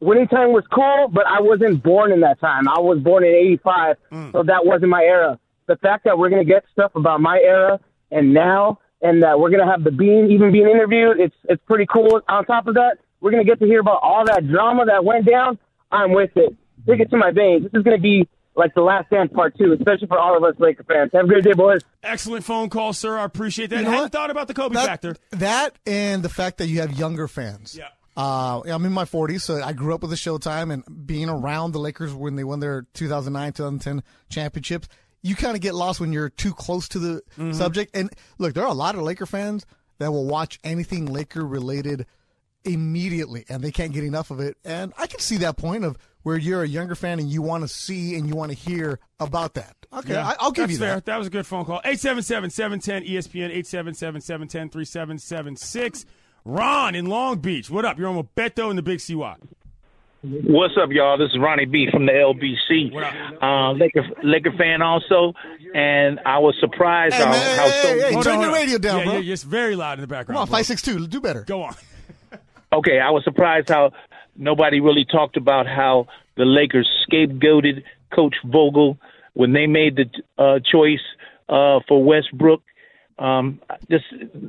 winning time was cool, but I wasn't born in that time. I was born in '85, so that wasn't my era. The fact that we're gonna get stuff about my era and now, and that we're gonna have the Bean even being interviewed, it's it's pretty cool. On top of that, we're gonna get to hear about all that drama that went down. I'm with it. Take it to my veins. This is gonna be like the last dance part two, especially for all of us Laker fans. Have a great day, boys. Excellent phone call, sir. I appreciate that. You know I hadn't what? thought about the Kobe that, factor. That and the fact that you have younger fans. Yeah. Uh, I'm in my 40s, so I grew up with the Showtime and being around the Lakers when they won their 2009, 2010 championships. You kind of get lost when you're too close to Mm-hmm. the subject. And look, there are a lot of Laker fans that will watch anything Laker related immediately and they can't get enough of it. And I can see that point of where you're a younger fan and you want to see and you want to hear about that. Okay, Yeah, I, I'll give that's you fair. that. That was a good phone call. 877-710-ESPN, 877-710-3776. Ron in Long Beach. What up? You're on with Beto and the Big CY. What's up, y'all? This is Ronnie B from the LBC, uh, Laker, Laker fan also, and I was surprised how, how so. Hold on, hold on. yeah, bro. Yeah, yeah, it's very loud in the background. Oh, Come on, bro. 562, do better. Go on. Okay, I was surprised how nobody really talked about how the Lakers scapegoated Coach Vogel when they made the uh, choice uh, for Westbrook. Um, just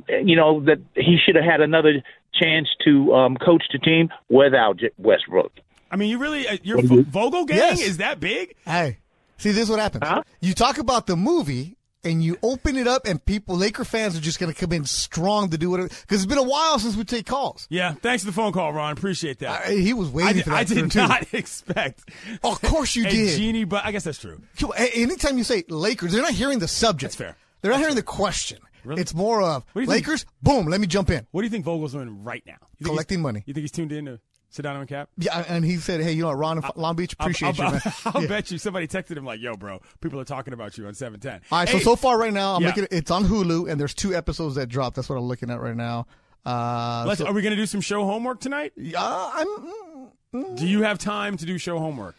you know that he should have had another chance to um, coach the team without J- Westbrook. I mean, you really, uh, your What do Vo- you- Vogel gang Yes. is that big? Hey, see, this is what happens. You talk about the movie and you open it up, and people, Laker fans, are just going to come in strong to do whatever. Because it's been a while since we take calls. Yeah, thanks for the phone call, Ron. Appreciate that. I- he was waiting I, did- for that I turn, did too. not expect. Of course you a did. Genie, but I guess that's true. Come on, a- Anytime you say Lakers, they're not hearing the subject. That's fair. They're not hearing the question. It's more of What do you think- Lakers. Boom. Let me jump in. What do you think Vogel's doing right now? You think Collecting he's- money. You think he's tuned in to Sedano and Cap? Yeah, and he said, "Hey, you know what, Ron, in F- Long Beach, appreciate I'll, you, man." I'll, I'll bet you somebody texted him like, "Yo, bro, people are talking about you on 710." All right, so Hey, so far right now, I'm Yeah. looking. At, it's on Hulu, and there's two episodes that dropped. That's what I'm looking at right now. Uh, let's- so- are we going to do some show homework tonight? Yeah, I'm. mm, Do you have time to do show homework?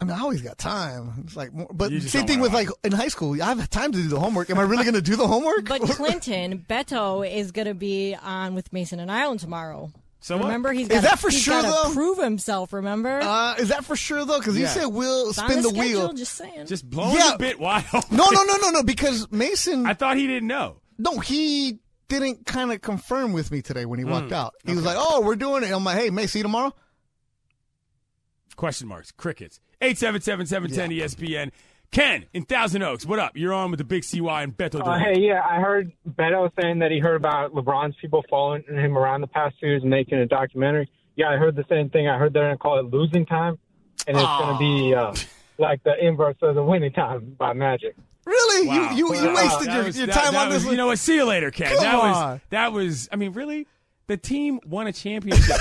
I mean, I always got time. It's like, more, but You just same don't thing with wanna like in high school. I have time to do the homework. Am I really going to do the homework? But Clinton, Beto is going to be on with Mason and Ireland tomorrow. So what? remember, he's Is got that for sure, to though? prove himself. Remember, Uh, is that for sure though? Because you Yeah. said we'll It's on spin the the, wheel. schedule, just saying. Just blowing Yeah. the bit wide open. No, no, no, no, no. Because Mason, I thought he didn't know. no, he didn't kind of confirm with me today when he walked Mm, out. He was like, "Oh, we're doing it." I'm like, "Hey, Mason, see you tomorrow." Question marks. Crickets. E 877-710-ESPN. Ken in Thousand Oaks. What up? You're on with the Big CY and Beto. Uh, Duran. hey, yeah, I heard Beto saying that he heard about LeBron's people following him around the past two years and making a documentary. Yeah, I heard the same thing. I heard they're going to call it losing time, and it's going to be uh, like the inverse of the winning time by Magic. Really? Wow. You you, you uh, Wow. wasted That your, was- your that- time that on was- this. You know what? See you later, Ken. Come that was on. that was. I mean, really, the team won a championship.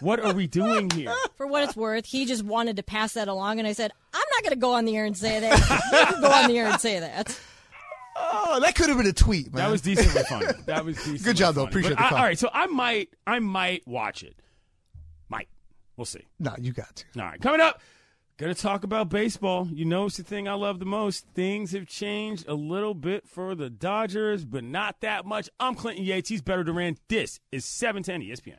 what are we doing here? for what it's worth, he just wanted to pass that along, and I said, "I'm not going to go on the air and say that. you can go on the air and say that." Oh, that could have been a tweet, man. That was decently funny. That was decent. Good job, though. Appreciate the call. all right, so I might, I might watch it. Might. We'll see. No, you got to. All right, coming up, gonna talk about baseball. You know, it's the thing I love the most. Things have changed a little bit for the Dodgers, but not that much. I'm Clinton Yates. He's better Durant. This is E 710 ESPN.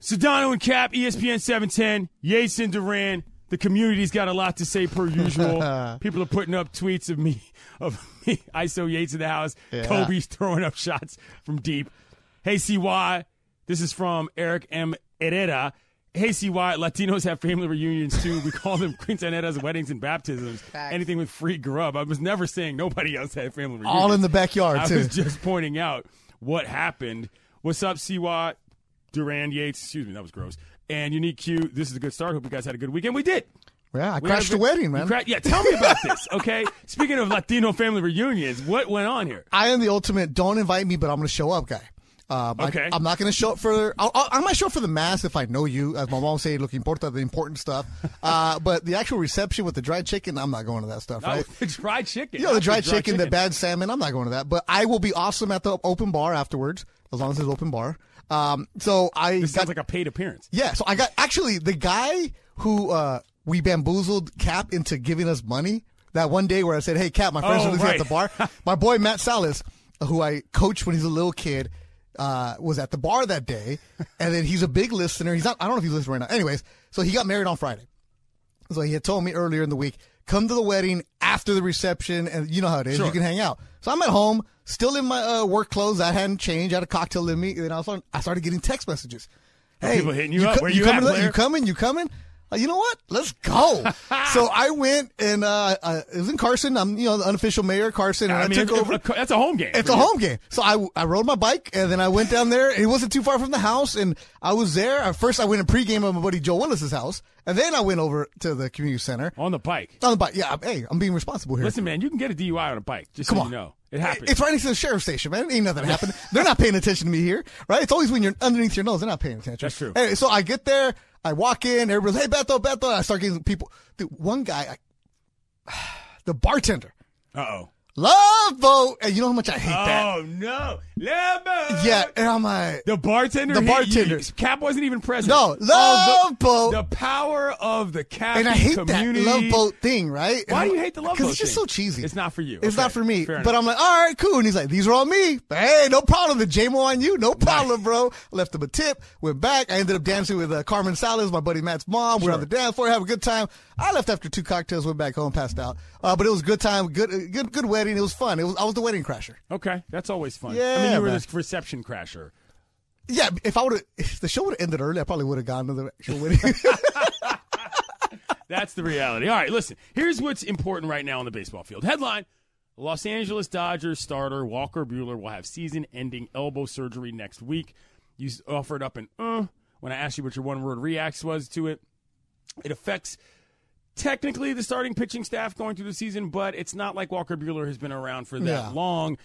Sedano and Cap, E ESPN 710, Yates and Duran. The community's got a lot to say per usual. People are putting up tweets of me, of me, ISO Yates in the house. Yeah. Kobe's throwing up shots from deep. Hey, CY, this is from Eric M. Herrera. Hey, CY, Latinos have family reunions too. We call them quintanetas, weddings, and baptisms. Anything with free grub. I was never saying nobody else had family reunions. All in the backyard, I too. was just pointing out what happened. What's up, CY? Duran Yates, excuse me, that was gross. And Unique Q, this is a good start. Hope you guys had a good weekend. We did. Yeah, I We crashed had the a- wedding, you man. cra- yeah, tell me about this, okay? Speaking of Latino family reunions, what went on here? I am the ultimate. Don't invite me, but I'm going to show up, guy. Um, I- Okay. I'm not going to show up for. I'll, I'll, I might show up for the mass if I know you, as my mom say, "Look, importa the important stuff." Uh, but the actual reception with the dried chicken, I'm not going to that stuff. Oh, Right? the dried chicken. You know, the That's dried, chicken, the bad salmon. I'm not going to that, but I will be awesome at the open bar afterwards, as long as it's open bar. Um, so I This sounds like a paid appearance. yeah, so I got actually the guy who uh, we bamboozled Cap into giving us money that one day where I said, "Hey, Cap, my friends Oh, are losing right. at the bar." my boy Matt Salas, who I coached when he was a little kid, uh, was at the bar that day, and then he's a big listener. He's not. I don't know if he's listening right now. Anyways, so he got married on Friday. So he had told me earlier in the week, come to the wedding after the reception, and you know how it is. Sure. You can hang out. So I'm at home, still in my uh, work clothes. I hadn't changed. I had a cocktail in me, and I, was on, I started getting text messages. Are Hey, people hitting you up? Where you at, coming? Blair? you coming? You coming? Uh, you know what? Let's go. so I went and uh, uh, it was in Carson. I'm you know the unofficial mayor of Carson, and I, I mean, took it's- over. it's a- that's a home game It's for a you. home game. So I, I rode my bike and then I went down there. It wasn't too far from the house, and I was there. At first, I went in pregame at my buddy Joe Willis's house, and then I went over to the community center on the bike. On the bike, yeah. I'm- Hey, I'm being responsible here. Listen, man, you can get a DUI on a bike. Just Come so on. you know, it happens. It's right next to the sheriff's station, man. Ain't nothing happened. They're not paying attention to me here, right? It's always when you're underneath your nose. They're not paying attention. That's true. Anyway, so I get there, I walk in, everybody's, hey, Bethel, Bethel. I start getting people. Dude, one guy, I, the bartender. Uh oh. Love boat. And you know how much I hate that? Oh no, Lebo. Yeah, and I'm like. The bartender. The hit you. bartender. Cap wasn't even present. No, Oh, Love Boat. The power of the cap And I hate community. that Love Boat thing, right? Why do you hate the Love Boat? Because it's just thing? so cheesy. It's not for you. It's Okay, not for me. fair But enough. I'm like, all right, cool. And he's like, these are all me. But hey, no problem. The JMO on you, no problem, bro. Left him a tip, went back. I ended up dancing with uh, Carmen Salas, my buddy Matt's mom. We're on the dance floor, have a good time. I left after two cocktails, went back home, passed out. Uh, but it was a good time, good, uh, good, good wedding. It was fun. It was, I was the wedding crasher. Okay, that's always fun. I mean, Yeah, you were man. this reception crasher. Yeah, if I would have, if the show would have ended early, I probably would have gone to the actual wedding. That's the reality. All right, listen. Here's what's important right now on the baseball field. Headline: Los Angeles Dodgers starter Walker Bueller will have season-ending elbow surgery next week. You s- offered up an uh when I asked you what your one-word reacts was to it. It affects technically the starting pitching staff going through the season, but it's not like Walker Bueller has been around for that Yeah. long.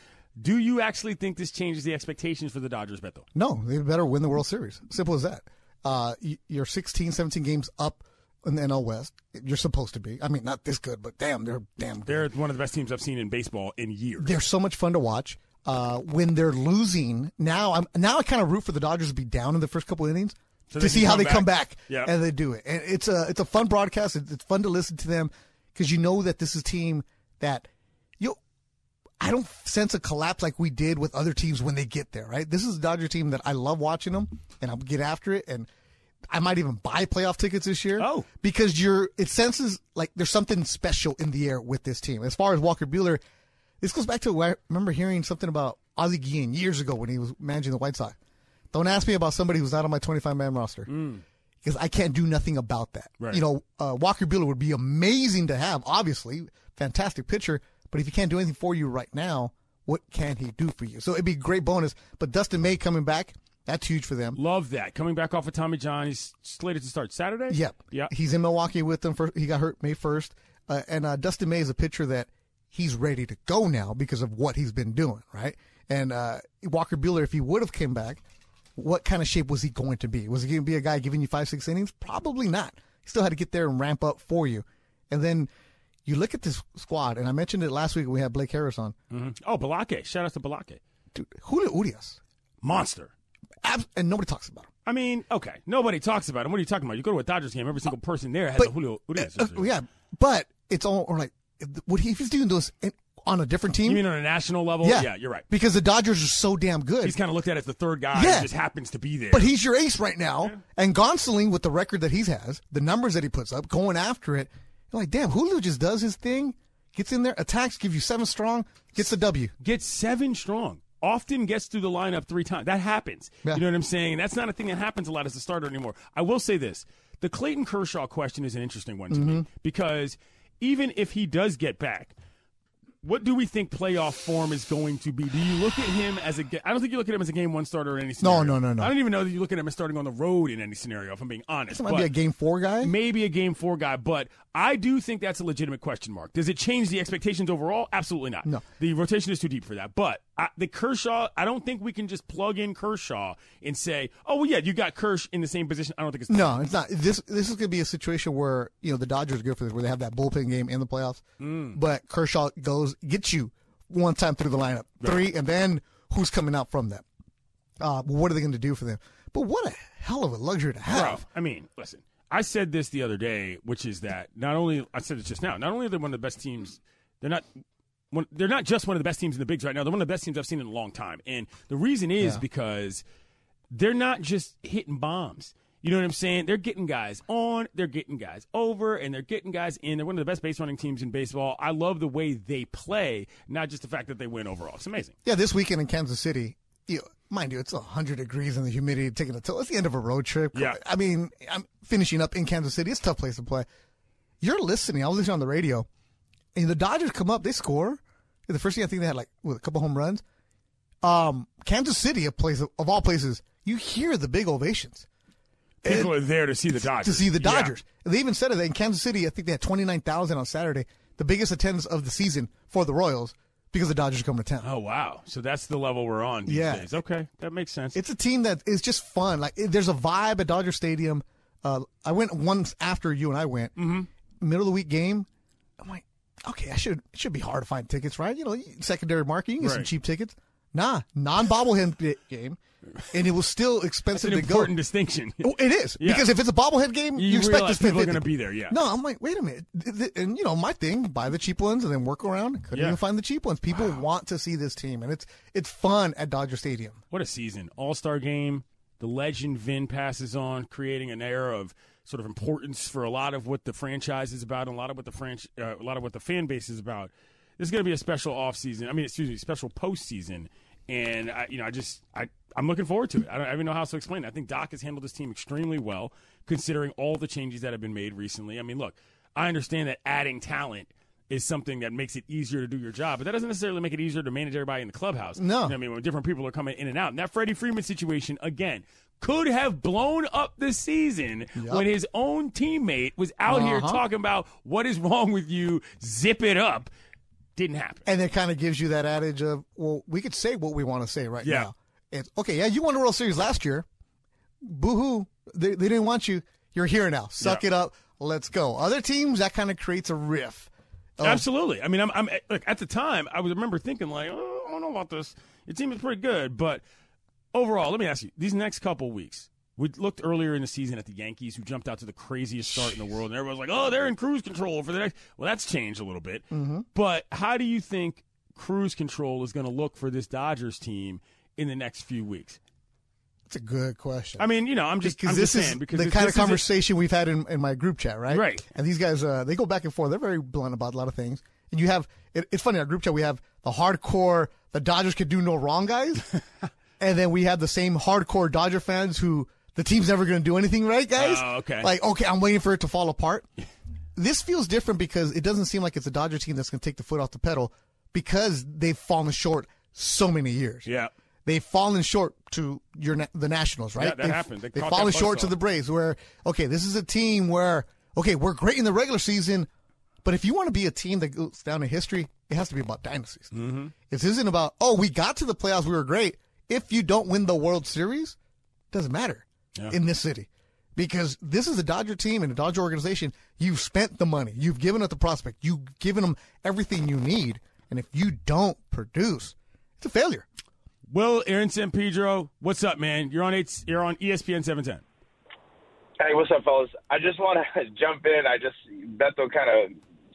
Do you actually think this changes the expectations for the Dodgers, Beto? No, they better win the World Series. Simple as that. Uh, y- you're 16, 17 games up in the NL West. You're supposed to be. I mean, not this good, but damn, they're damn. They're one of the best teams I've seen in baseball in years. They're so much fun to watch. Uh, when they're losing now, I'm now I kind of root for the Dodgers to be down in the first couple innings to So they see can how come they come back. back Yeah. and they do it. And it's a it's a fun broadcast. It- It's fun to listen to them because you know that this is a team that you. I don't sense a collapse like we did with other teams when they get there. Right, this is a Dodger team that I love watching them, and I'll get after it. And I might even buy playoff tickets this year. Oh, because you're it senses like there's something special in the air with this team. As far as Walker Bueller, this goes back to where I remember hearing something about Ozzie Guillen years ago when he was managing the White Sox. Don't ask me about somebody who's not on my 25 man roster because I can't do nothing about that. Right. You know, uh, Walker Bueller would be amazing to have, obviously, fantastic pitcher. But if he can't do anything for you right now, what can he do for you? So it'd be a great bonus. But Dustin May coming back, that's huge for them. Love that. Coming back off of Tommy John, he's slated to start Saturday. Yep. Yeah. He's in Milwaukee with them. First, he got hurt May first, uh, and uh, Dustin May is a pitcher that he's ready to go now because of what he's been doing, right? And uh, Walker Bueller, if he would have came back, what kind of shape was he going to be? Was he going to be a guy giving you five, six innings? Probably not. He still had to get there and ramp up for you. And then you look at this squad, and I mentioned it last week when we had Blake Harris on. hmm Oh, Balake. Shout out to Balake. Dude, Julio Urias. Monster. Ab- and nobody talks about him. I mean, okay. Nobody talks about him. What are you talking about? You go to a Dodgers game, every single person there has a Julio Urias. Uh, yeah, but it's all or like, would he, if he's doing those in- on a different team? You mean on a national level? you're right. Because the Dodgers are so damn good. He's kind of looked at as the third guy Yeah. who just happens to be there. but he's your ace right now. And Gonsoling, with the record that he has, the numbers that he puts up, going after it, you're like, damn, Julio just does his thing, gets in there, attacks, gives you seven strong, gets the W. gets seven strong. Often gets through the lineup three times. That happens. You know what I'm saying? That's not a thing that happens a lot as a starter anymore. I will say this: the Clayton Kershaw question is an interesting one to me Mm-hmm. Mhm. because even if he does get back, what do we think playoff form is going to be? Do you look at him as a? ga- I don't think you look at him as a game one starter in any scenario. no, no, no. I don't even know that you look at him as starting on the road in any scenario. If I'm being honest, This might be But- a game four guy. Maybe a game four guy, but I do think that's a legitimate question mark. Does it change the expectations overall? Absolutely not. No. The rotation is too deep for that. But I, the Kershaw, I don't think we can just plug in Kershaw and say, oh, well, yeah, you got Kersh in the same position. I don't think it's No, it's not. This this is going to be a situation where you know the Dodgers are good for this, where they have that bullpen game in the playoffs. Mm. But Kershaw goes gets you one time through the lineup, three, and then who's coming out from that? Uh, what are they going to do for them? But what a hell of a luxury to have. Bro, I mean, listen, I said this the other day, which is that not only I said it just now, not only are they one of the best teams, they're not. One, they're not just one of the best teams in the bigs right now. They're one of the best teams I've seen in a long time, and the reason is Yeah. because they're not just hitting bombs. You know what I'm saying? They're getting guys on, they're getting guys over, and they're getting guys in. They're one of the best base running teams in baseball. I love the way they play, not just the fact that they win overall. It's amazing. Yeah, this weekend in Kansas City, you mind you, it's hundred degrees and the humidity taking a toll. It's the end of a road trip. Yeah. I mean, I'm finishing up in Kansas City. It's a tough place to play. You're listening. I was listening on the radio, and the Dodgers come up. They score. The first thing I think they had like what, a couple home runs. Um, Kansas City, a place of, all places, you hear the big ovations People are there to see the Dodgers. to see the Yeah. Dodgers. And They even said it in Kansas City. I think they had twenty nine thousand on Saturday, the biggest attendance of the season for the Royals because the Dodgers come to town. Oh wow! So that's the level we're on these Yeah. days. Okay, that makes sense. It's a team that is just fun. Like it- there's a vibe at Dodger Stadium. Uh, I went once after you and I went. Mm-hmm. Middle of the week game. I'm like, okay, I should it should be hard to find tickets, right? You know, secondary market, you can get some Right. cheap tickets. Nah, non bobblehead bi- game, and it was still That's expensive an to go. important distinction. Oh, it is Yeah. because if it's a bobblehead game, You you, expect realize to spend people 50. are gonna be there, yeah. No, I'm like, wait a minute, Th- th- and you know, my thing, buy the cheap ones and then work around. Couldn't Yeah. even find the cheap ones. People want to see this team, and it's it's fun at Dodger Stadium. What a season. All star game. The legend Vin passes on, creating an era of sort of importance for a lot of what the franchise is about and a lot of what the franch- uh, a lot of what the fan base is about. This is going to be a special offseason. I mean, excuse me, special postseason. And I, you know, I just I I'm looking forward to it. I don't even know how else to explain. It. I think Doc has handled this team extremely well, considering all the changes that have been made recently. I mean, look, I understand that adding talent is something that makes it easier to do your job, but that doesn't necessarily make it easier to manage everybody in the clubhouse. No. You know what I mean, when different people are coming in and out. And that Freddie Freeman situation, again, could have blown up the season when his own teammate was out here Uh-huh. talking about what is wrong with you, zip it up. Didn't happen. And it kind of gives you that adage of, well, we could say what we want to say right Yeah. now. It's okay, yeah, you won the World Series last year. Boo hoo. They, they didn't want you. You're here now. Suck it up. Let's go. Other teams, that kind of creates a riff. of- Absolutely. I mean, I'm, I'm like at the time, I was remember thinking like, oh, I don't know about this. Your team is pretty good, but overall, let me ask you: these next couple weeks, we looked earlier in the season at the Yankees, who jumped out to the craziest start in the world, and everyone's like, oh, they're in cruise control for the next. Well, that's changed a little bit, Mhm. but how do you think cruise control is going to look for this Dodgers team in the next few weeks? It's a good question. I mean, you know, I'm just because I'm this just is saying, because the this- kind this of is a- conversation we've had in, in my group chat, right? Right. And these guys, uh, they go back and forth. They're very blunt about a lot of things. And you have, it, it's funny, our group chat, we have the hardcore, the Dodgers could do no wrong guys. and then we have the same hardcore Dodger fans who the team's never going to do anything right, guys. Oh, okay. Like, okay, I'm waiting for it to fall apart. this feels different because it doesn't seem like it's a Dodger team that's going to take the foot off the pedal because they've fallen short so many years yeah. they've fallen short to your na- the Nationals, right? Yeah, that they've, happened. They They have caught that fallen short to buzzsaw. the Braves, where okay, this is a team where okay, we're great in the regular season, but if you want to be a team that goes down in history, it has to be about dynasties. Mm-hmm. This isn't about oh, we got to the playoffs, we were great. If you don't win the World Series, doesn't matter Yeah. in this city. Because this is a Dodger team and a Dodger organization. You've spent the money. You've given it the prospect. You've given them everything you need. And if you don't produce, it's a failure. Will Aaron San Pedro, what's up, man? You're on eight, you're on E ESPN seven ten. Hey, what's up, fellas? I just want to jump in. I just Beto kind of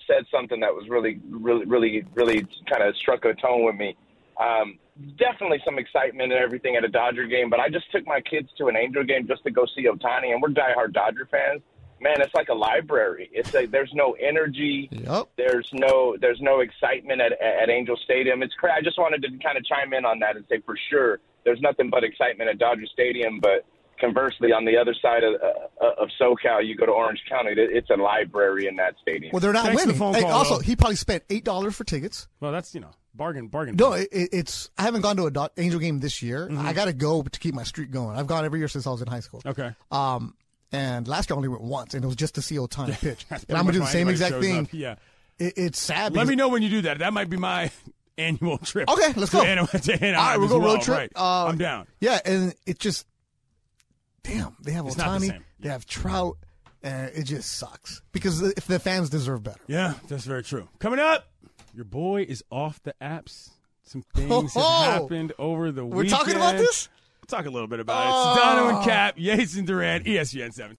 said something that was really, really, really, really kind of struck a tone with me. Um, definitely some excitement and everything at a Dodger game, but I just took my kids to an Angel game just to go see Otani, and we're diehard Dodger fans. Man, it's like a library. It's like there's no energy. There's no there's no excitement at, at Angel Stadium. It's cra- I just wanted to kind of chime in on that and say for sure there's nothing but excitement at Dodger Stadium, but conversely, on the other side of, uh, of SoCal, you go to Orange County, it- it's a library in that stadium. Well, they're not Thanks for the winning. phone Hey, call, also, though. he probably spent eight dollars for tickets. Well, that's you know bargain bargain. No, it, it- it's I haven't gone to a Do- Angel game this year. I got to go to keep my streak going. I've gone every year since I was in high school. Mm-hmm. Okay. Um, and last year I only went once, and it was just to see Otani pitch. That's and I'm gonna do pretty the much same why exact anybody shows thing. up. Yeah. It, it's sad. Let because- me know when you do that. That might be my annual trip. Okay, let's to go. Ana- to Anaheim All right, we'll as go well, road trip. right. Uh, I'm down. Yeah, and it just damn they have It's not the Otani, same. they have Trout, and it just sucks because the, if the fans deserve better. Yeah, that's very true. Coming up, your boy is off the apps. Some things Ho, ho. have happened over the Oh. We're weekend. talking about this? Uh, We'll talk a little bit about it. It's Dono and Cap, Yates and Duran, E ESPN 7.